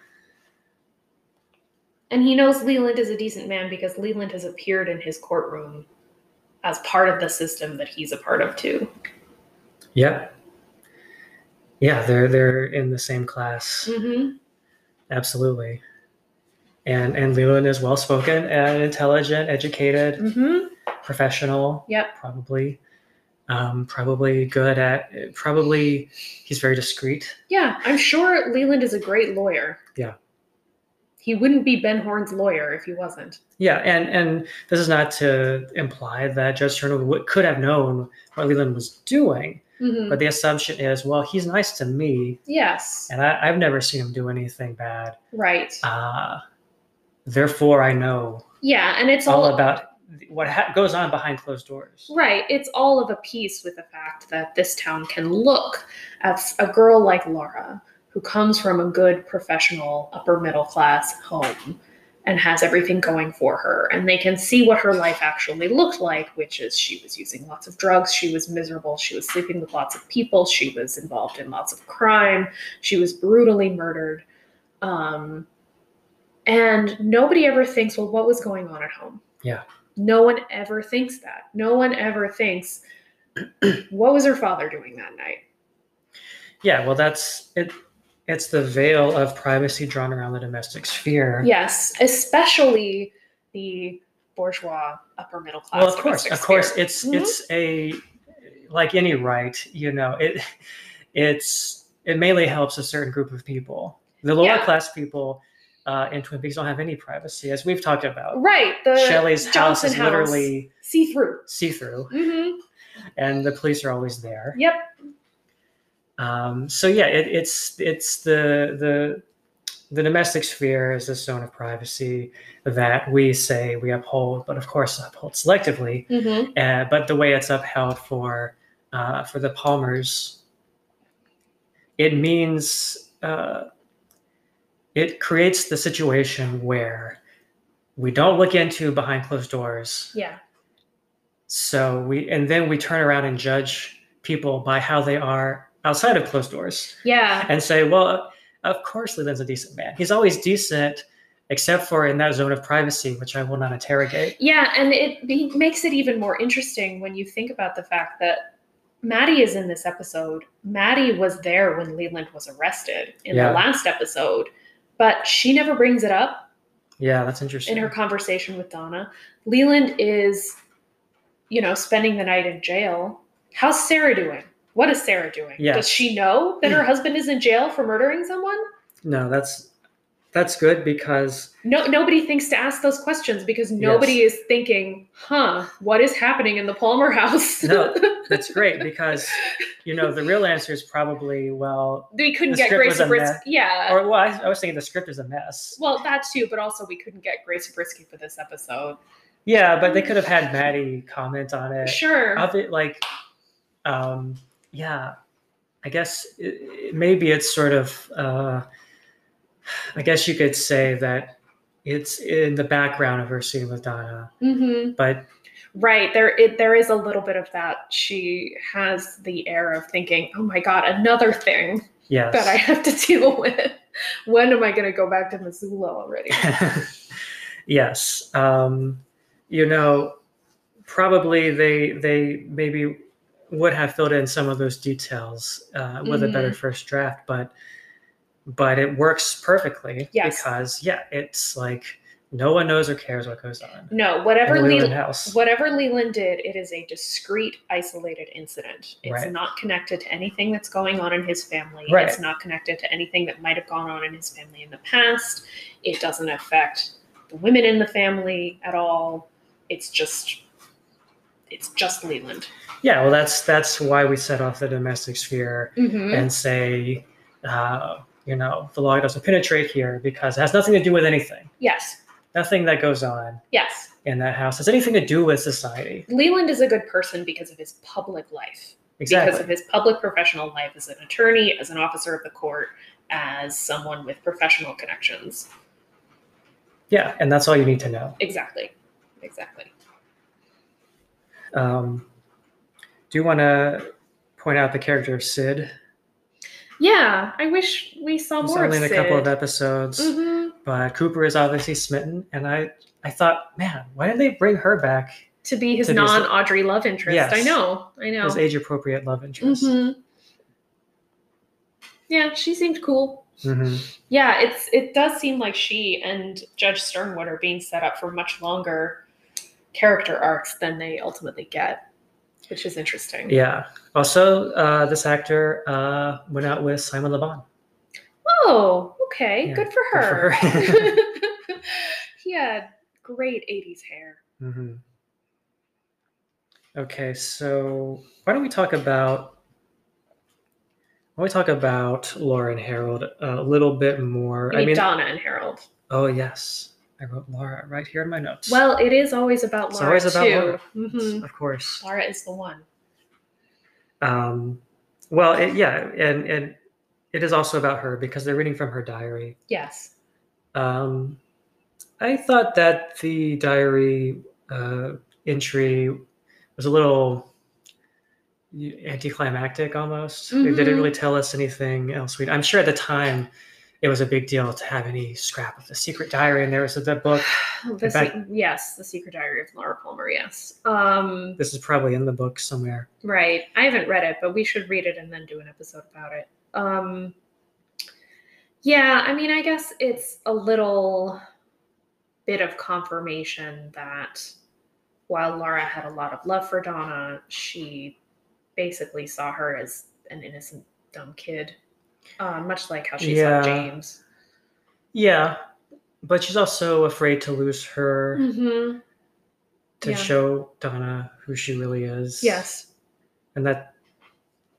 A: And he knows Leland is a decent man because Leland has appeared in his courtroom as part of the system that he's a part of too.
B: Yep. Yeah, they're they're in the same class,
A: Mm-hmm.
B: absolutely. And and Leland is well spoken and intelligent, educated,
A: Mm-hmm.
B: professional.
A: Yep.
B: probably um, probably good at probably he's very discreet
A: Yeah, I'm sure Leland is a great lawyer.
B: Yeah.
A: He wouldn't be Ben Horn's lawyer if he wasn't.
B: yeah and and this is not to imply that judge turner would, could have known what leland was doing
A: Mm-hmm.
B: but the assumption is well he's nice to me
A: Yes.
B: and I, i've never seen him do anything bad
A: Right.
B: uh, therefore i know
A: Yeah, and it's
B: all
A: all
B: about what ha- goes on behind closed doors
A: Right. It's all of a piece with the fact that this town can look at a girl like Laura, who comes from a good professional, upper middle class home and has everything going for her. And they can see what her life actually looked like, which is she was using lots of drugs, she was miserable, she was sleeping with lots of people, she was involved in lots of crime, she was brutally murdered. Um, and nobody ever thinks, well, what was going on at home? No one ever thinks that. No one ever thinks, <clears throat> what was her father doing that night?
B: yeah well that's it it's the veil of privacy drawn around the domestic sphere
A: Yes, especially the bourgeois upper middle class.
B: well of course
A: domestic
B: of course
A: sphere.
B: it's
A: Mhm.
B: it's a like any right you know it it's it mainly helps a certain group of people the lower
A: Yeah.
B: class people uh, in twin peaks don't have any privacy as we've talked about
A: right. The
B: shelley's house
A: Johnson
B: is literally
A: see through.
B: see-through
A: hmm
B: and the police are always there
A: Yep.
B: Um, so yeah, it, it's it's the the the domestic sphere is the zone of privacy that we say we uphold, but of course uphold selectively.
A: Mm-hmm.
B: Uh, but the way it's upheld for uh, for the Palmers, it means uh, it creates the situation where we don't look into behind closed doors.
A: Yeah.
B: So we and then we turn around and judge people by how they are outside of closed doors
A: Yeah.
B: and say, well, of course Leland's a decent man. He's always decent, except for in that zone of privacy, which I will not interrogate.
A: Yeah, and it be- makes it even more interesting when you think about the fact that Maddie is in this episode. Maddie was there when Leland was arrested in
B: Yeah.
A: the last episode, but she never brings it up
B: Yeah, that's interesting.
A: in her conversation with Donna. Leland is, you know, spending the night in jail. How's Sarah doing? What is Sarah doing?
B: Yeah.
A: Does she know that
B: Hmm.
A: her husband is in jail for murdering someone?
B: no, that's that's good because
A: No, nobody thinks to ask those questions because nobody is thinking, "Huh, what is happening in the Palmer <laughs> house?"
B: no, that's great because you know the real answer is probably well,
A: we couldn't
B: The
A: get
B: script
A: Grace
B: was a
A: Brisky.
B: mess.
A: Yeah.
B: or well, I, I was thinking the script is a mess.
A: well, that too, but also we couldn't get Grace Brisky for this episode.
B: Yeah, but they could have had Maddie comment on it.
A: Sure.
B: Of it, like, um, yeah, I guess it, it- maybe it's sort of. Uh, I guess you could say that it's in the background of her scene with Donna,
A: mm-hmm.
B: but
A: Right. There it there is a little bit of that. She has the air of thinking, "Oh my god, another thing
B: yes.
A: that I have to deal <laughs> with. When am I going to go back to Missoula already?"
B: <laughs> yes. Um, you know, probably they they maybe would have filled in some of those details uh, with a better first draft, but but it works perfectly
A: Yes.
B: because yeah, it's like no one knows or cares what goes on. <laughs>
A: No,
B: in
A: whatever
B: the Leland
A: Leland,
B: house.
A: whatever Leland did, it is a discrete, isolated incident. It's
B: Right.
A: not connected to anything that's going on in his family.
B: Right.
A: It's not connected to anything that might have gone on in his family in the past. It doesn't affect the women in the family at all. It's just it's just Leland.
B: Yeah, well, that's that's why we set off the domestic sphere
A: Mm-hmm.
B: and say, uh, you know, the law doesn't penetrate here because it has nothing to do with anything.
A: Yes.
B: Nothing that goes on
A: Yes.
B: in that house has anything to do with society.
A: Leland is a good person because of his public life.
B: Exactly.
A: Because of his public professional life as an attorney, as an officer of the court, as someone with professional connections.
B: yeah, and that's all you need to know.
A: Exactly. Exactly.
B: Um, do you want to point out the character of Sid?
A: Yeah, I wish we saw
B: He's
A: more
B: only
A: of
B: in a
A: Sid.
B: couple of episodes,
A: Mhm.
B: but Cooper is obviously smitten, and I I thought, man, why didn't they bring her back
A: To be his
B: To be his-
A: non Audrey love interest.
B: Yes.
A: I know. I know.
B: as age appropriate love interest?
A: hmm Yeah, she seemed cool.
B: Mhm.
A: Yeah, it's it does seem like she and Judge Sternwood are being set up for much longer character arcs than they ultimately get, which is interesting.
B: Yeah. Also, uh, this actor uh, went out with Simon Le Bon.
A: Oh, okay,
B: Yeah,
A: good for
B: good
A: her.
B: for <laughs>
A: <laughs> he had great '80s hair.
B: Mhm. Okay, so why don't we talk about why don't we talk about Laura and Harold a little bit more?
A: You mean, Donna and Harold.
B: oh yes, I wrote Laura right here in my notes.
A: Well, it is always about
B: It's
A: Laura
B: always about
A: too.
B: Laura.
A: Mhm.
B: of course.
A: Laura is the one.
B: Um, well, it, yeah, and and it is also about her because they're reading from her diary.
A: Yes.
B: Um, I thought that the diary uh, entry was a little anticlimactic almost. It didn't
A: Mhm.
B: really tell us anything else. We, I'm sure at the time it was a big deal to have any scrap of the secret diary, and there was the book.
A: The
B: In
A: se-
B: fact-
A: yes, the Secret Diary of Laura Palmer. Yes. Um,
B: This is probably in the book somewhere.
A: right. I haven't read it, but we should read it and then do an episode about it. Um, yeah. I mean, I guess it's a little bit of confirmation that while Laura had a lot of love for Donna, she basically saw her as an innocent dumb kid, uh, much like how she
B: Yeah.
A: saw James.
B: Yeah, but she's also afraid to lose her
A: Mm-hmm.
B: to
A: yeah.
B: show Donna who she really is.
A: Yes.
B: and that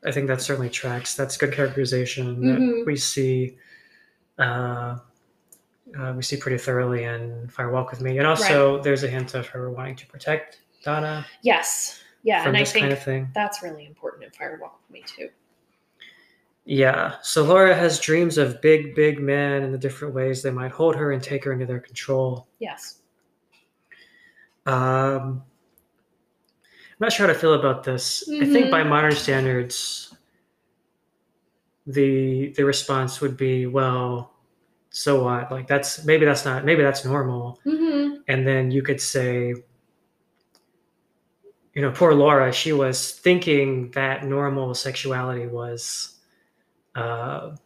B: I think that certainly tracks. That's good characterization
A: Mhm.
B: that we see. Uh, uh, we see pretty thoroughly in Fire Walk with Me, and also there's a hint of her wanting to protect Donna
A: Yes. Yeah.
B: from
A: and I
B: this
A: think
B: kind of thing.
A: that's really important in Firewalk with Me too.
B: Yeah. So Laura has dreams of big, big men and the different ways they might hold her and take her into their control.
A: Yes.
B: Um, I'm not sure how to feel about this. I think by modern standards, the the response would be, well, so what? Like that's maybe that's not maybe that's normal.
A: Mm-hmm.
B: And then you could say, you know, poor Laura, she was thinking that normal sexuality was uh,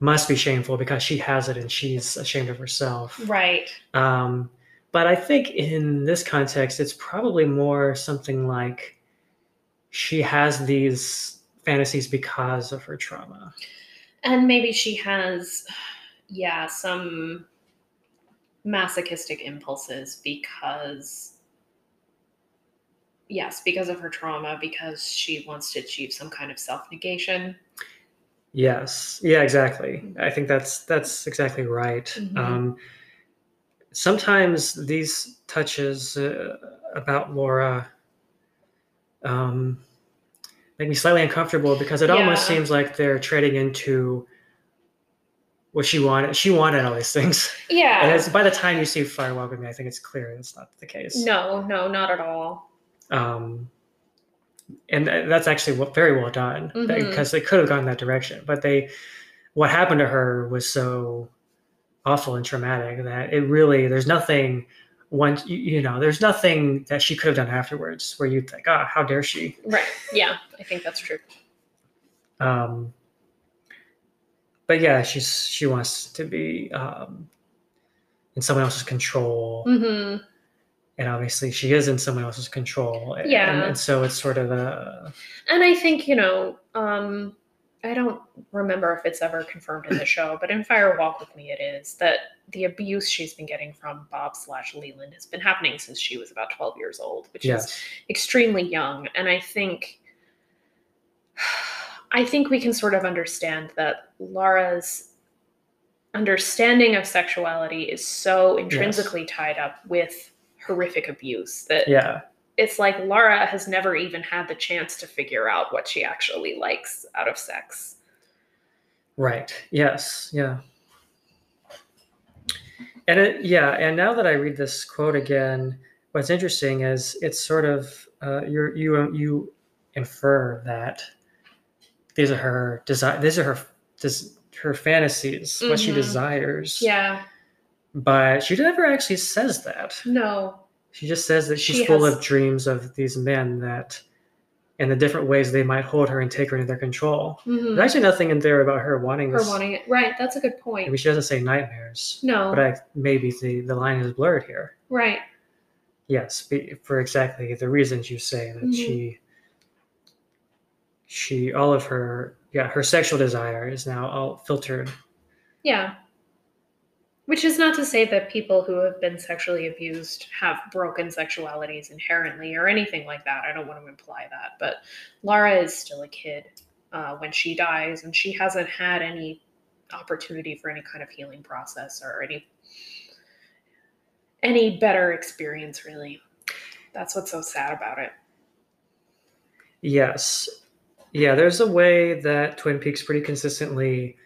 B: must be shameful because she has it and she's ashamed of herself.
A: Right.
B: Um, but I think in this context, it's probably more something like she has these fantasies because of her trauma.
A: And maybe she has, yeah, some masochistic impulses because, yes, because of her trauma, because she wants to achieve some kind of self negation.
B: Yes. Yeah. Exactly. I think that's that's exactly right.
A: Mhm.
B: Um, sometimes these touches uh, about Laura um, make me slightly uncomfortable because it almost
A: Yeah.
B: seems like they're trading into what she wanted. She wanted all these things. And
A: Yeah.
B: as, by the time you see Firewalk with me, I think it's clear that's not the case.
A: No, no, not at all.
B: Um, and tha- that's actually what, very well done
A: Mhm.
B: because they could have gone that direction, but they, what happened to her was so awful and traumatic that it really there's nothing once you, you know there's nothing that she could have done afterwards where you'd think, oh, how dare she?
A: Right. Yeah, I think that's true.
B: Um, but yeah, she's she wants to be um, in someone else's control.
A: Mm-hmm.
B: and obviously she is in someone else's control. and-
A: Yeah.
B: And, so it's sort of a
A: And I think, you know, um, I don't remember if it's ever confirmed in the show, but in Fire Walk with Me, it is that the abuse she's been getting from Bob slash Leland has been happening since she was about 12 years old, which is
B: yes,
A: extremely young. And I think, I think we can sort of understand that Laura's understanding of sexuality is so intrinsically tied up with horrific abuse that
B: yeah,
A: it's like Laura has never even had the chance to figure out what she actually likes out of sex.
B: right, yes, yeah. And it, yeah, and now that I read this quote again, what's interesting is it's sort of uh, you you you infer that these are her desire, these are her this, her fantasies, what she
A: Mhm.
B: desires.
A: Yeah,
B: But she never actually says that.
A: no.
B: She just says that she's
A: She
B: full
A: has-
B: of dreams of these men that, and the different ways they might hold her and take her into their control.
A: Mhm.
B: There's actually nothing in there about her wanting
A: Her
B: this.
A: wanting it. Right, that's a good
B: I
A: point.
B: mean, she doesn't say nightmares,
A: no,
B: but I maybe the, the line is blurred here.
A: right.
B: Yes, be- for exactly the reasons you say that
A: Mhm.
B: she, she, all of her, yeah, her sexual desire is now all filtered.
A: Yeah. Which is not to say that people who have been sexually abused have broken sexualities inherently or anything like that. I don't want to imply that. But Lara is still a kid uh, when she dies, and she hasn't had any opportunity for any kind of healing process or any any better experience really that's what's so sad about it
B: Yes. Yeah, there's a way that Twin Peaks pretty consistently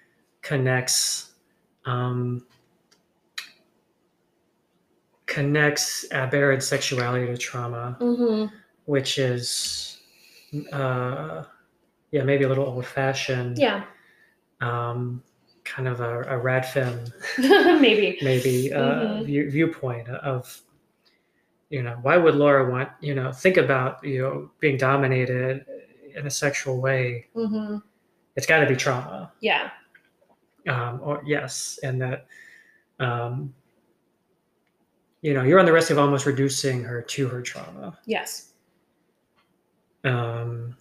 B: connects um, connects aberrant sexuality to trauma,
A: mm-hmm.
B: which is uh, yeah, maybe a little old fashioned.
A: yeah <laughs>
B: Um, kind of a, a rad femme
A: maybe
B: maybe uh,
A: Mhm.
B: view, viewpoint of you know why would Laura want you know think about you know being dominated in a sexual way
A: mm-hmm.
B: it's got to be trauma
A: yeah
B: um, or yes and that um, you know you're on the risk of almost reducing her to her trauma
A: yes
B: um,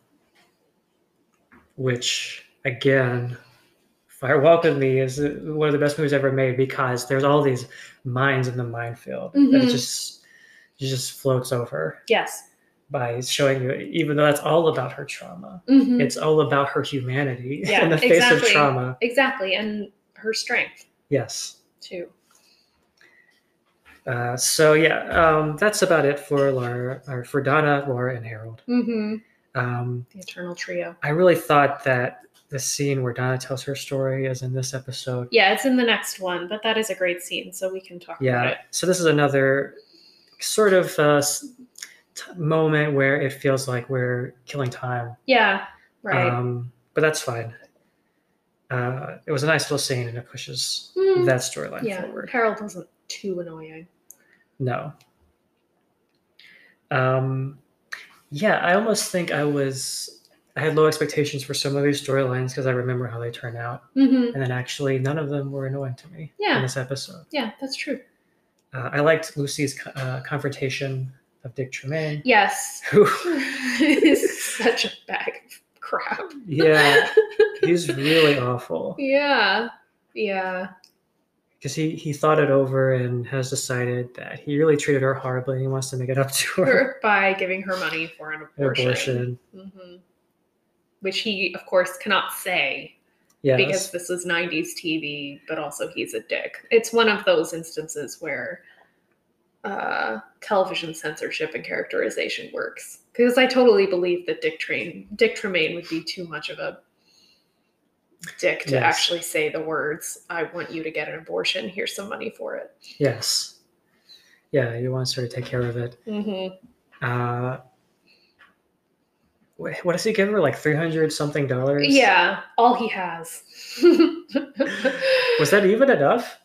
B: which again fire walk with me is uh, one of the best movies ever made because there's all these mines in the minefield that
A: Mhm.
B: it just it just floats over
A: yes
B: by showing you, even though that's all about her trauma,
A: Mhm.
B: it's all about her humanity
A: Yeah,
B: <laughs> in the face
A: exactly.
B: of trauma.
A: Exactly, and her strength
B: Yes.
A: too.
B: Uh, so yeah, um, that's about it for Laura or for Donna, Laura, and Harold.
A: Mm-hmm.
B: Um,
A: The eternal trio.
B: I really thought that the scene where Donna tells her story is in this episode.
A: Yeah, it's in the next one, but that is a great scene, so we can talk about
B: Yeah.
A: it.
B: So this is another sort of uh, s- t- moment where it feels like we're killing time.
A: Yeah, right.
B: Um, but that's fine. Uh, it was a nice little scene, and it pushes
A: Hmm,
B: that storyline
A: yeah,
B: forward.
A: Harold wasn't too annoying.
B: No. Um, yeah, I almost think I was. I had low expectations for some of these storylines because I remember how they turn out,
A: Mm-hmm.
B: and then actually none of them were annoying to me
A: Yeah.
B: in this episode.
A: Yeah, that's true.
B: Uh, I liked Lucy's co- uh, confrontation of Dick Tremaine,
A: Yes, <laughs>
B: who,
A: is such a bag of crap.
B: yeah, he's really awful
A: <laughs> Yeah,
B: <laughs>
A: yeah,
B: because he he thought it over and has decided that he really treated her horribly. and He wants to make it up to her.
A: Or by giving her money for an
B: An
A: abortion.
B: abortion,
A: hmm Which he, of course, cannot say
B: yes,
A: because this is 90s TV, but also he's a dick. It's one of those instances where uh, television censorship and characterization works. Because I totally believe that Dick Train, Dick Tremaine would be too much of a dick to
B: Yes.
A: actually say the words, I want you to get an abortion, here's some money for it.
B: yes, yeah. He wants her to take care of it. Mm-hmm.
A: hmm
B: Uh, wh- what does he give her? Like three hundred something dollars.
A: Yeah, all he has.
B: <laughs> Was that even enough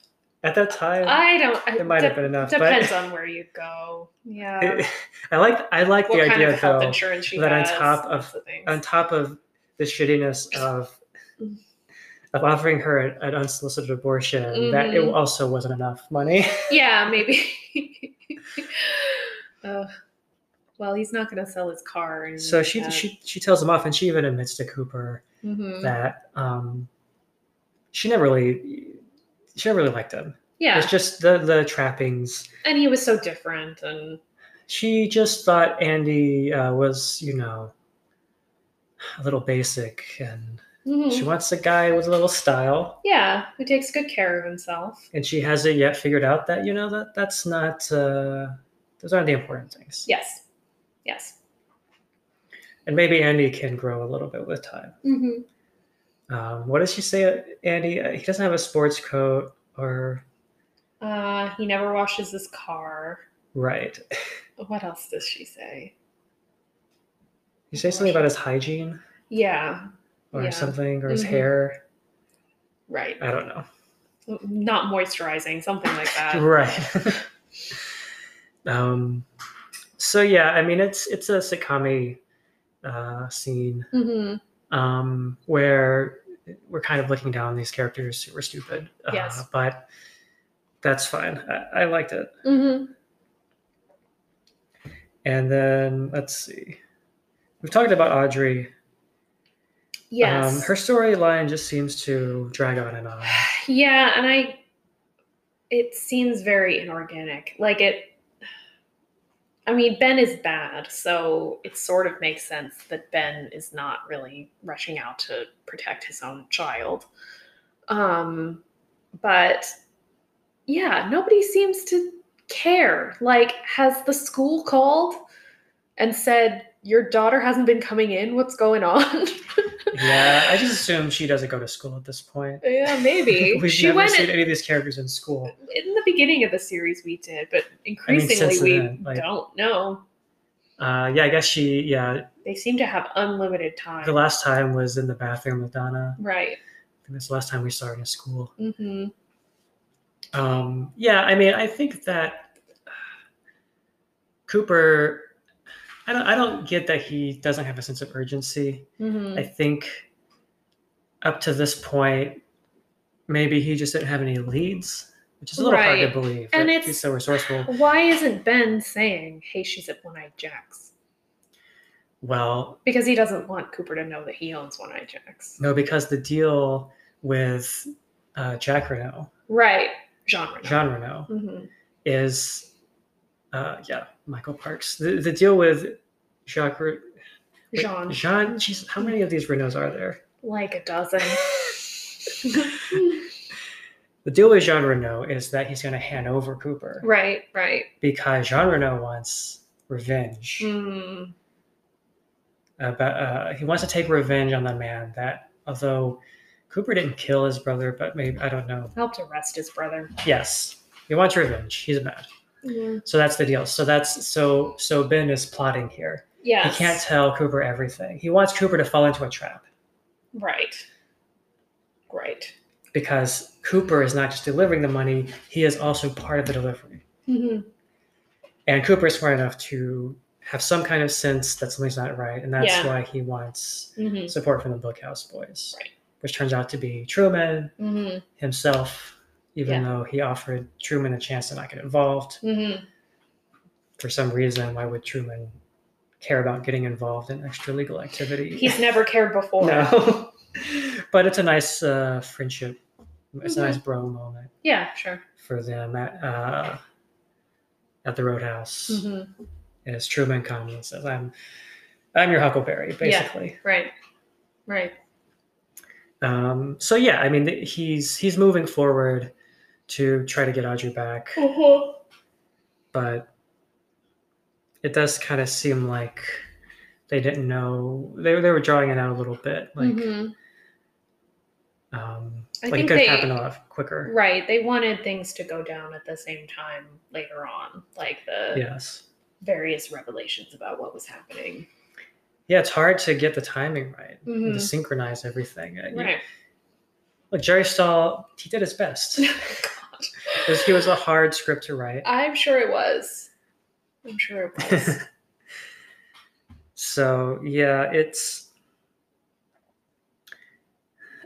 B: at that time?
A: I don't.
B: it might have
A: Uh, de-
B: been enough. <laughs>
A: Depends on where you go. Yeah.
B: But I like I like
A: what
B: the
A: kind
B: idea
A: of health
B: though.
A: insurance she
B: that on
A: has.
B: top of-
A: that's the thing.
B: On top of the shittiness of of offering her an, an unsolicited abortion, that it
A: Mhm.
B: also wasn't enough money.
A: yeah, maybe. <laughs> Ugh. well, he's not going to sell his car. And
B: so she she she tells him off, and she even admits to Cooper
A: hmm
B: that um, she never really she never really liked him.
A: Yeah,
B: It's just the the trappings
A: and he was so different, and
B: She just thought Andy uh, was, you know, a little basic, and
A: Mhm.
B: she wants a guy with a little style.
A: yeah, who takes good care of himself.
B: And she hasn't yet figured out that, you know, that that's not uh, those aren't the important things.
A: Yes, yes.
B: And maybe Andy can grow a little bit with time.
A: hmm
B: Um, what does she say, Andy? Uh, He doesn't have a sports coat, or
A: Uh, he never washes his car.
B: right?
A: What else does she say?
B: You say something about his hygiene
A: Yeah,
B: or
A: Yeah.
B: something, or his
A: Mhm.
B: hair.
A: right.
B: I don't know.
A: Not moisturizing, something like that.
B: <laughs> right um so yeah i mean it's it's a sitcom uh scene
A: hmm
B: um where we're kind of looking down on these characters who are stupid uh,
A: Yes.
B: but that's fine I, I liked it
A: hmm
B: and then let's see we've talked about audrey Um,
A: Yes.
B: her storyline just seems to drag on and on
A: yeah and i it seems very inorganic like it i mean ben is bad so it sort of makes sense that ben is not really rushing out to protect his own child um but yeah nobody seems to care like has the school called and said your daughter hasn't been coming in what's going on <laughs>
B: yeah i just assume she doesn't go to school at this point
A: yeah maybe
B: <laughs> we've
A: she
B: never
A: went
B: seen any of these characters in school
A: in the beginning of the series we did, but
B: I mean,
A: increasingly
B: since
A: we
B: then, like,
A: don't know.
B: Uh, yeah, I guess she. Yeah,
A: They seem to have unlimited time.
B: the last time was in the bathroom with Donna.
A: right.
B: I think that's the last time we saw her in school.
A: hmm
B: Um, yeah, I mean, I think that uh, Cooper. I don't. I don't get that he doesn't have a sense of urgency.
A: hmm
B: I think up to this point, maybe he just didn't have any leads, which is a little hard
A: Right.
B: to believe.
A: And
B: that
A: it's-
B: he's so resourceful.
A: Why isn't Ben saying, hey, she's at One Eyed Jack's?
B: Well,
A: Because he doesn't want Cooper to know that he owns One Eyed Jack's.
B: no, because the deal with uh, Jack Reno,
A: Right. Genre.
B: John Reno,
A: hmm
B: is uh, yeah michael parks the, the deal with Jacques Re- wait,
A: Jean,
B: Jean, Jesus, how many of these Renaults are there?
A: like a
B: <laughs>
A: dozen. <laughs>
B: The deal with Jean Renault is that he's going to hand over Cooper
A: right, right.
B: because Jean Renault wants revenge.
A: Mm,
B: about uh, he wants to take revenge on the man that although Cooper didn't kill his brother, but maybe I don't know.
A: helped arrest his brother.
B: Yes, he wants revenge. He's mad,
A: Yeah.
B: so that's the deal. So that's so so Ben is plotting here.
A: Yes.
B: He can't tell Cooper everything. He wants Cooper to fall into a trap
A: Right. Right.
B: because Cooper is not just delivering the money; he is also part of the delivery.
A: Mm-hmm.
B: And Cooper is smart enough to have some kind of sense that something's not right, and that's
A: Yeah.
B: why he wants
A: Mm-hmm.
B: support from the Bookhouse Boys,
A: Right.
B: which turns out to be Truman,
A: Mm-hmm.
B: himself, even
A: Yeah.
B: though he offered Truman a chance to not get involved.
A: Mm-hmm.
B: For some reason, why would Truman care about getting involved in extra legal activity?
A: He's never cared before.
B: <laughs> no. <laughs> but it's a nice uh, friendship. It's
A: Mm-hmm.
B: a nice bro moment
A: Yeah, sure.
B: for them at, uh, at the Roadhouse.
A: Mm-hmm.
B: As Truman comes and says, "I'm, I'm your Huckleberry," basically.
A: Right. Right.
B: Um, so yeah, I mean, th- he's he's moving forward to try to get Audrey back.
A: Uh-huh.
B: but it does kind of seem like they didn't know they, they were drawing it out a little bit like
A: Mhm.
B: um
A: I
B: like it
A: think
B: could
A: they-
B: have happened a lot quicker
A: Right. They wanted things to go down at the same time later on, like the
B: yes
A: various revelations about what was happening.
B: yeah it's hard to get the timing right
A: Mhm.
B: and to synchronize everything Uh, you-
A: Right.
B: look jerry stahl he did his best
A: God.
B: 'Cause he was a hard script to write
A: <laughs> I'm sure it was. I'm sure it was.
B: <laughs> so yeah it's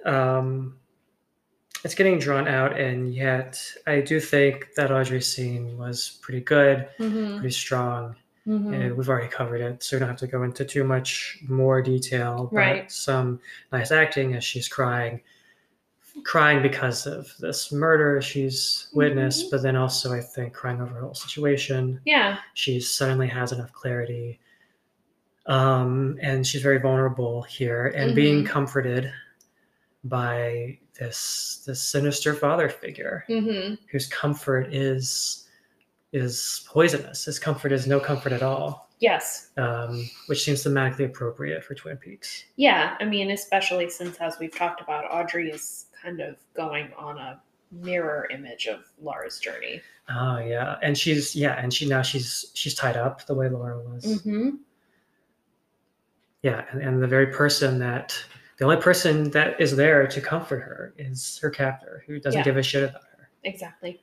B: um it's getting drawn out and yet i do think that audrey scene was pretty good
A: mm-hmm.
B: pretty strong
A: Mm-hmm.
B: and we've already covered it so we don't have to go into too much more detail but
A: Right.
B: some nice acting as she's crying crying because of this murder she's witnessed but then also i think crying over her whole situation
A: Yeah.
B: she suddenly has enough clarity um, and she's very vulnerable here and being
A: Mm-hmm.
B: comforted by this this sinister father figure
A: Mm-hmm.
B: whose comfort is is poisonous his comfort is no comfort at all
A: Yes.
B: um, which seems thematically appropriate for twin peaks
A: Yeah, I mean, especially since, as we've talked about, Audrey is kind of going on a mirror image of Laura's journey.
B: oh yeah and she's yeah and she now she's she's tied up the way laura was
A: Mm-hmm.
B: yeah and, and the very person that the only person that is there to comfort her is her captor who doesn't
A: Yeah.
B: give a shit about her
A: Exactly.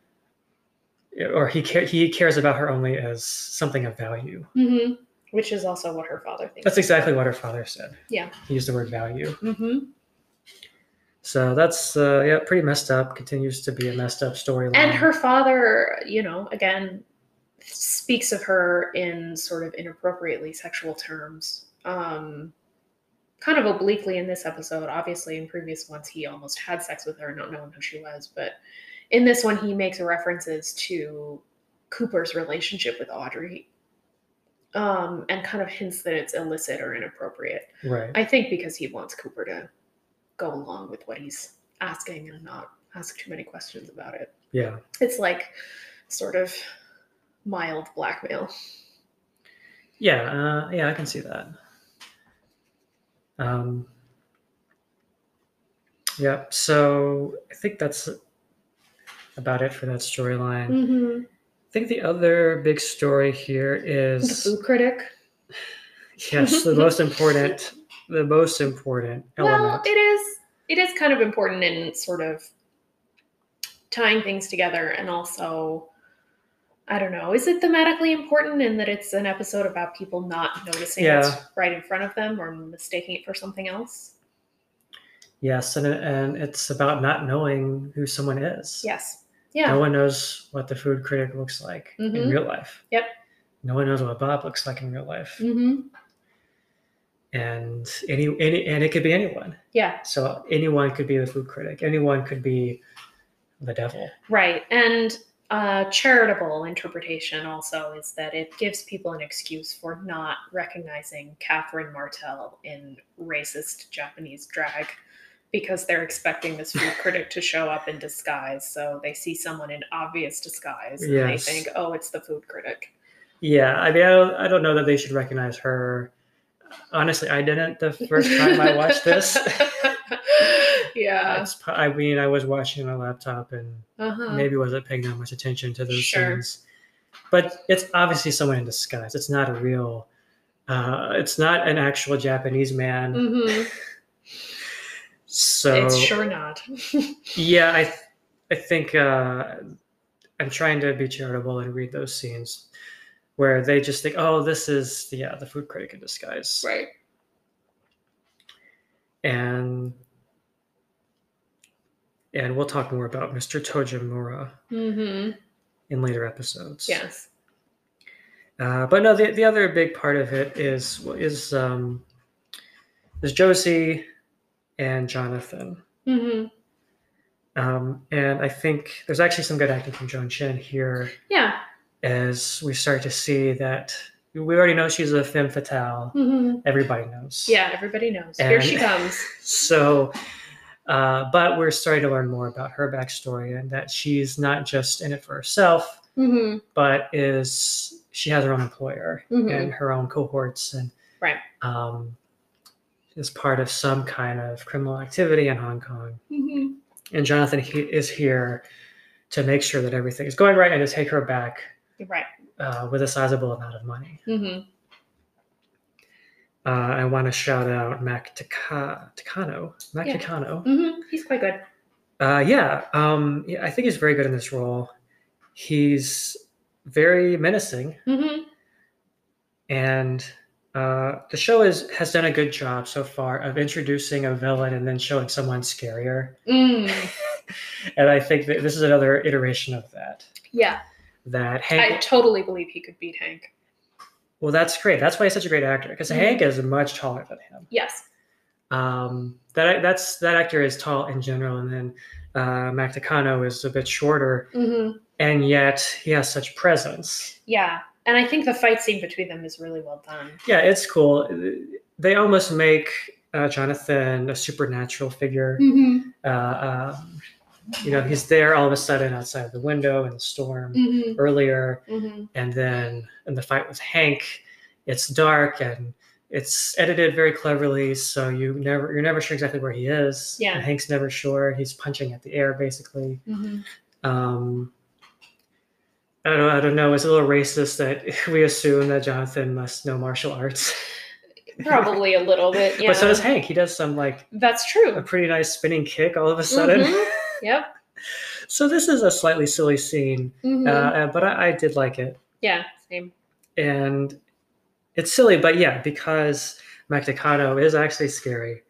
B: or he care, he cares about her only as something of value.
A: Mm-hmm. Which is also what her father thinks.
B: That's exactly what her father said.
A: Yeah.
B: he used the word value.
A: Mm-hmm.
B: So that's uh, yeah, pretty messed up. Continues to be a messed up storyline.
A: And her father, you know, again, speaks of her in sort of inappropriately sexual terms. Um, kind of obliquely in this episode. Obviously, in previous ones, he almost had sex with her, not knowing who she was. But in this one, he makes references to Cooper's relationship with Audrey um, and kind of hints that it's illicit or inappropriate.
B: right.
A: I think because he wants Cooper to go along with what he's asking and not ask too many questions about it.
B: Yeah,
A: It's like sort of mild blackmail.
B: yeah, uh, yeah. I can see that. Um. Yeah. So I think that's about it for that storyline.
A: Mm-hmm.
B: I think the other big story here
A: The
B: is
A: food critic.
B: yes, the most important, the most important element.
A: Well, it is it is kind of important in sort of tying things together and also I don't know, is it thematically important in that it's an episode about people not noticing what's
B: Yeah.
A: right in front of them or mistaking it for something else?
B: Yes, and and it's about not knowing who someone is.
A: Yes. Yeah.
B: No one knows what the food critic looks like in
A: Mhm.
B: real life.
A: Yep.
B: No one knows what Bob looks like in real life,
A: Mm-hmm.
B: and any any and it could be anyone.
A: Yeah.
B: So anyone could be the food critic. Anyone could be the devil.
A: Right. And uh, charitable interpretation also is that it gives people an excuse for not recognizing Catherine Martell in racist Japanese drag because they're expecting this
B: <laughs>
A: food critic to show up in disguise. So they see someone in obvious disguise and
B: Yes.
A: they think, oh, it's the food critic.
B: Yeah, I mean, I don't, I don't know that they should recognize her. Honestly, I didn't the first time I
A: <laughs>
B: watched this.
A: yeah.
B: It's, po- I mean, I was watching on a laptop and
A: Uh-huh.
B: maybe wasn't paying that much attention to those
A: Sure.
B: things. But it's obviously someone in disguise. It's not a real. Uh, it's not an actual Japanese man.
A: Mhm.
B: So
A: it's sure
B: <laughs>
A: not.
B: yeah, I, th- I think uh, I'm trying to be charitable and read those scenes where they just think, oh, this is yeah, the food critic in disguise.
A: right.
B: and and we'll talk more about Mr. Tojimura
A: hmm
B: in later episodes.
A: Yes.
B: Uh, but no, the, the other big part of it is is um, is Josie and Jonathan.
A: hmm
B: Um, and I think there's actually some good acting from Joan Chen here
A: Yeah.
B: as we start to see that we already know she's a femme fatale.
A: hmm
B: Everybody knows.
A: Yeah, everybody knows. Here
B: And- <laughs>
A: she comes.
B: So, uh, but we're starting to learn more about her backstory and that she's not just in it for herself,
A: hmm
B: but is she has her own employer
A: hmm
B: and her own cohorts and
A: Right.
B: um, is part of some kind of criminal activity in Hong Kong.
A: hmm
B: And Jonathan he is here to make sure that everything is going right and to take her back
A: Right.
B: uh, with a sizable amount of money.
A: hmm
B: Uh, I want to shout out Mac Taka- Takano. Mac
A: Yeah.
B: Takano.
A: hmm He's quite good.
B: Uh, yeah, um, yeah, I think he's very good in this role. He's very menacing,
A: hmm
B: and uh, the show is has done a good job so far of introducing a villain and then showing someone scarier.
A: Mm.
B: And I think that this is another iteration of that.
A: Yeah,
B: That
A: I
B: Hank,
A: totally believe he could beat Hank.
B: well, that's great. That's why he's such a great actor because
A: Mhm.
B: Hank is much taller than him.
A: Yes.
B: Um, that that's that actor is tall in general, and then uh, Mac Takano is a bit shorter,
A: hmm
B: and yet he has such presence.
A: Yeah, and I think the fight scene between them is really well done.
B: Yeah, it's cool. They almost make uh, Jonathan a supernatural figure.
A: Mm-hmm.
B: Uh, uh, you know, he's there all of a sudden outside the window in the storm
A: Mm-hmm.
B: earlier,
A: Mm-hmm.
B: and then in the fight with Hank, it's dark and it's edited very cleverly, so you never you're never sure exactly where he is.
A: Yeah.
B: and Hank's never sure. He's punching at the air basically.
A: Mm-hmm.
B: Um, I don't, I don't know. It's a little racist that <laughs> we assume that Jonathan must know martial arts. <laughs>
A: Probably a little bit. Yeah,
B: But so does Hank. He does some like
A: that's
B: a
A: true.
B: pretty nice spinning kick all of a sudden.
A: Mhm. Yep.
B: so this is a slightly silly scene,
A: hmm
B: uh, uh, but I, I did like it,
A: yeah, same.
B: and it's silly, but yeah, because Mac Decano is actually scary,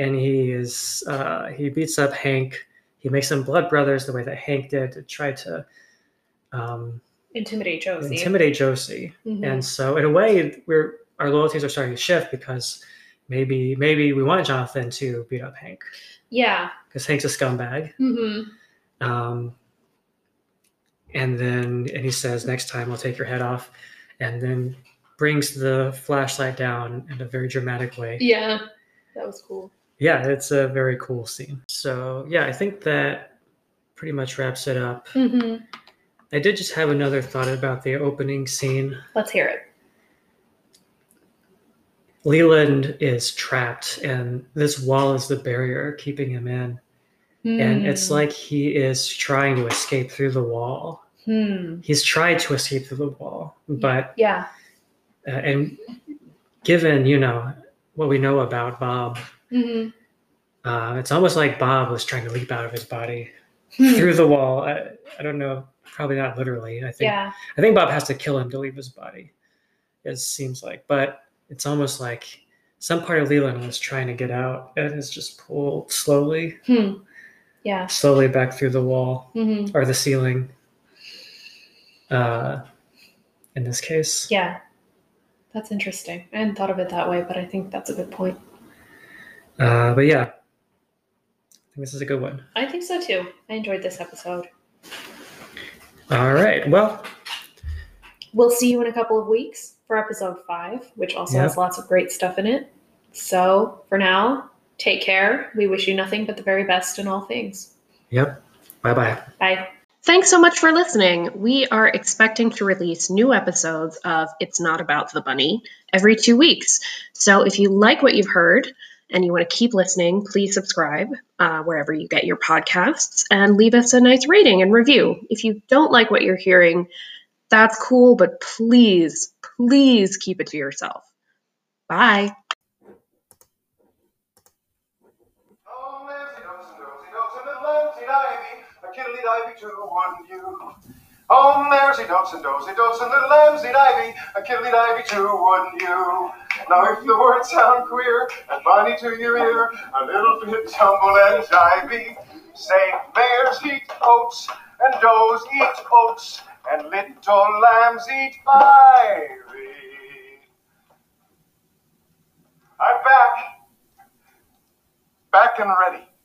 B: and he is uh, he beats up Hank. He makes them blood brothers the way that Hank did to try to um,
A: Intimidate Josie.
B: intimidate Josie.
A: Mhm.
B: And so in a way, we're our loyalties are starting to shift because maybe maybe we want Jonathan to beat up Hank.
A: yeah.
B: because Hank's a scumbag.
A: Mm-hmm.
B: Um, and then and he says, "Next time, I'll take your head off," and then brings the flashlight down in a very dramatic way.
A: Yeah, that was cool.
B: Yeah, it's a very cool scene. So yeah, I think that pretty much wraps it up.
A: Mm-hmm.
B: I did just have another thought about the opening scene.
A: Let's hear it.
B: Leland is trapped, and this wall is the barrier keeping him in. And it's
A: Hmm.
B: like he is trying to escape through the wall.
A: Hmm.
B: he's tried to escape through the wall, but
A: Yeah.
B: uh, and given you know what we know about Bob,
A: Mm-hmm.
B: uh, it's almost like Bob was trying to leap out of his body through the wall. I, I don't know, probably not literally. I think
A: Yeah.
B: I think Bob has to kill him to leave his body. It seems like, but it's almost like some part of Leland was trying to get out and is just pulled slowly,
A: Hmm. Yeah.
B: slowly back through the wall
A: Mm-hmm.
B: or the ceiling. Uh, in this case,
A: Yeah. That's interesting. I hadn't thought of it that way, but I think that's a good point.
B: Uh, but yeah, I think this is a good one.
A: I think so too. I enjoyed this episode.
B: All right. Well,
A: We'll see you in a couple of weeks for episode five, which also
B: Yeah.
A: has lots of great stuff in it. So for now, take care. We wish you nothing but the very best in all things.
B: yep. Bye bye.
A: Bye.
C: Thanks so much for listening. We are expecting to release new episodes of It's Not About the Bunny every two weeks. So if you like what you've heard and you want to keep listening, please subscribe uh, wherever you get your podcasts and leave us a nice rating and review. If you don't like what you're hearing, that's cool, but please, please keep it to yourself. Bye.
D: Oh, Nancy Dots and Dozy Dots and Atlantic Ivy, a kiddly divey too, wouldn't you? Oh, Nancy Dots and Dozy Dots and little Lamsy Divey, a kiddly divey too, wouldn't you? Now, if the words sound queer and funny to your ear, a little bit tumble and divey. Say, mares eat oats, and does eat oats, and little lambs eat ivy. I'm back, back and ready.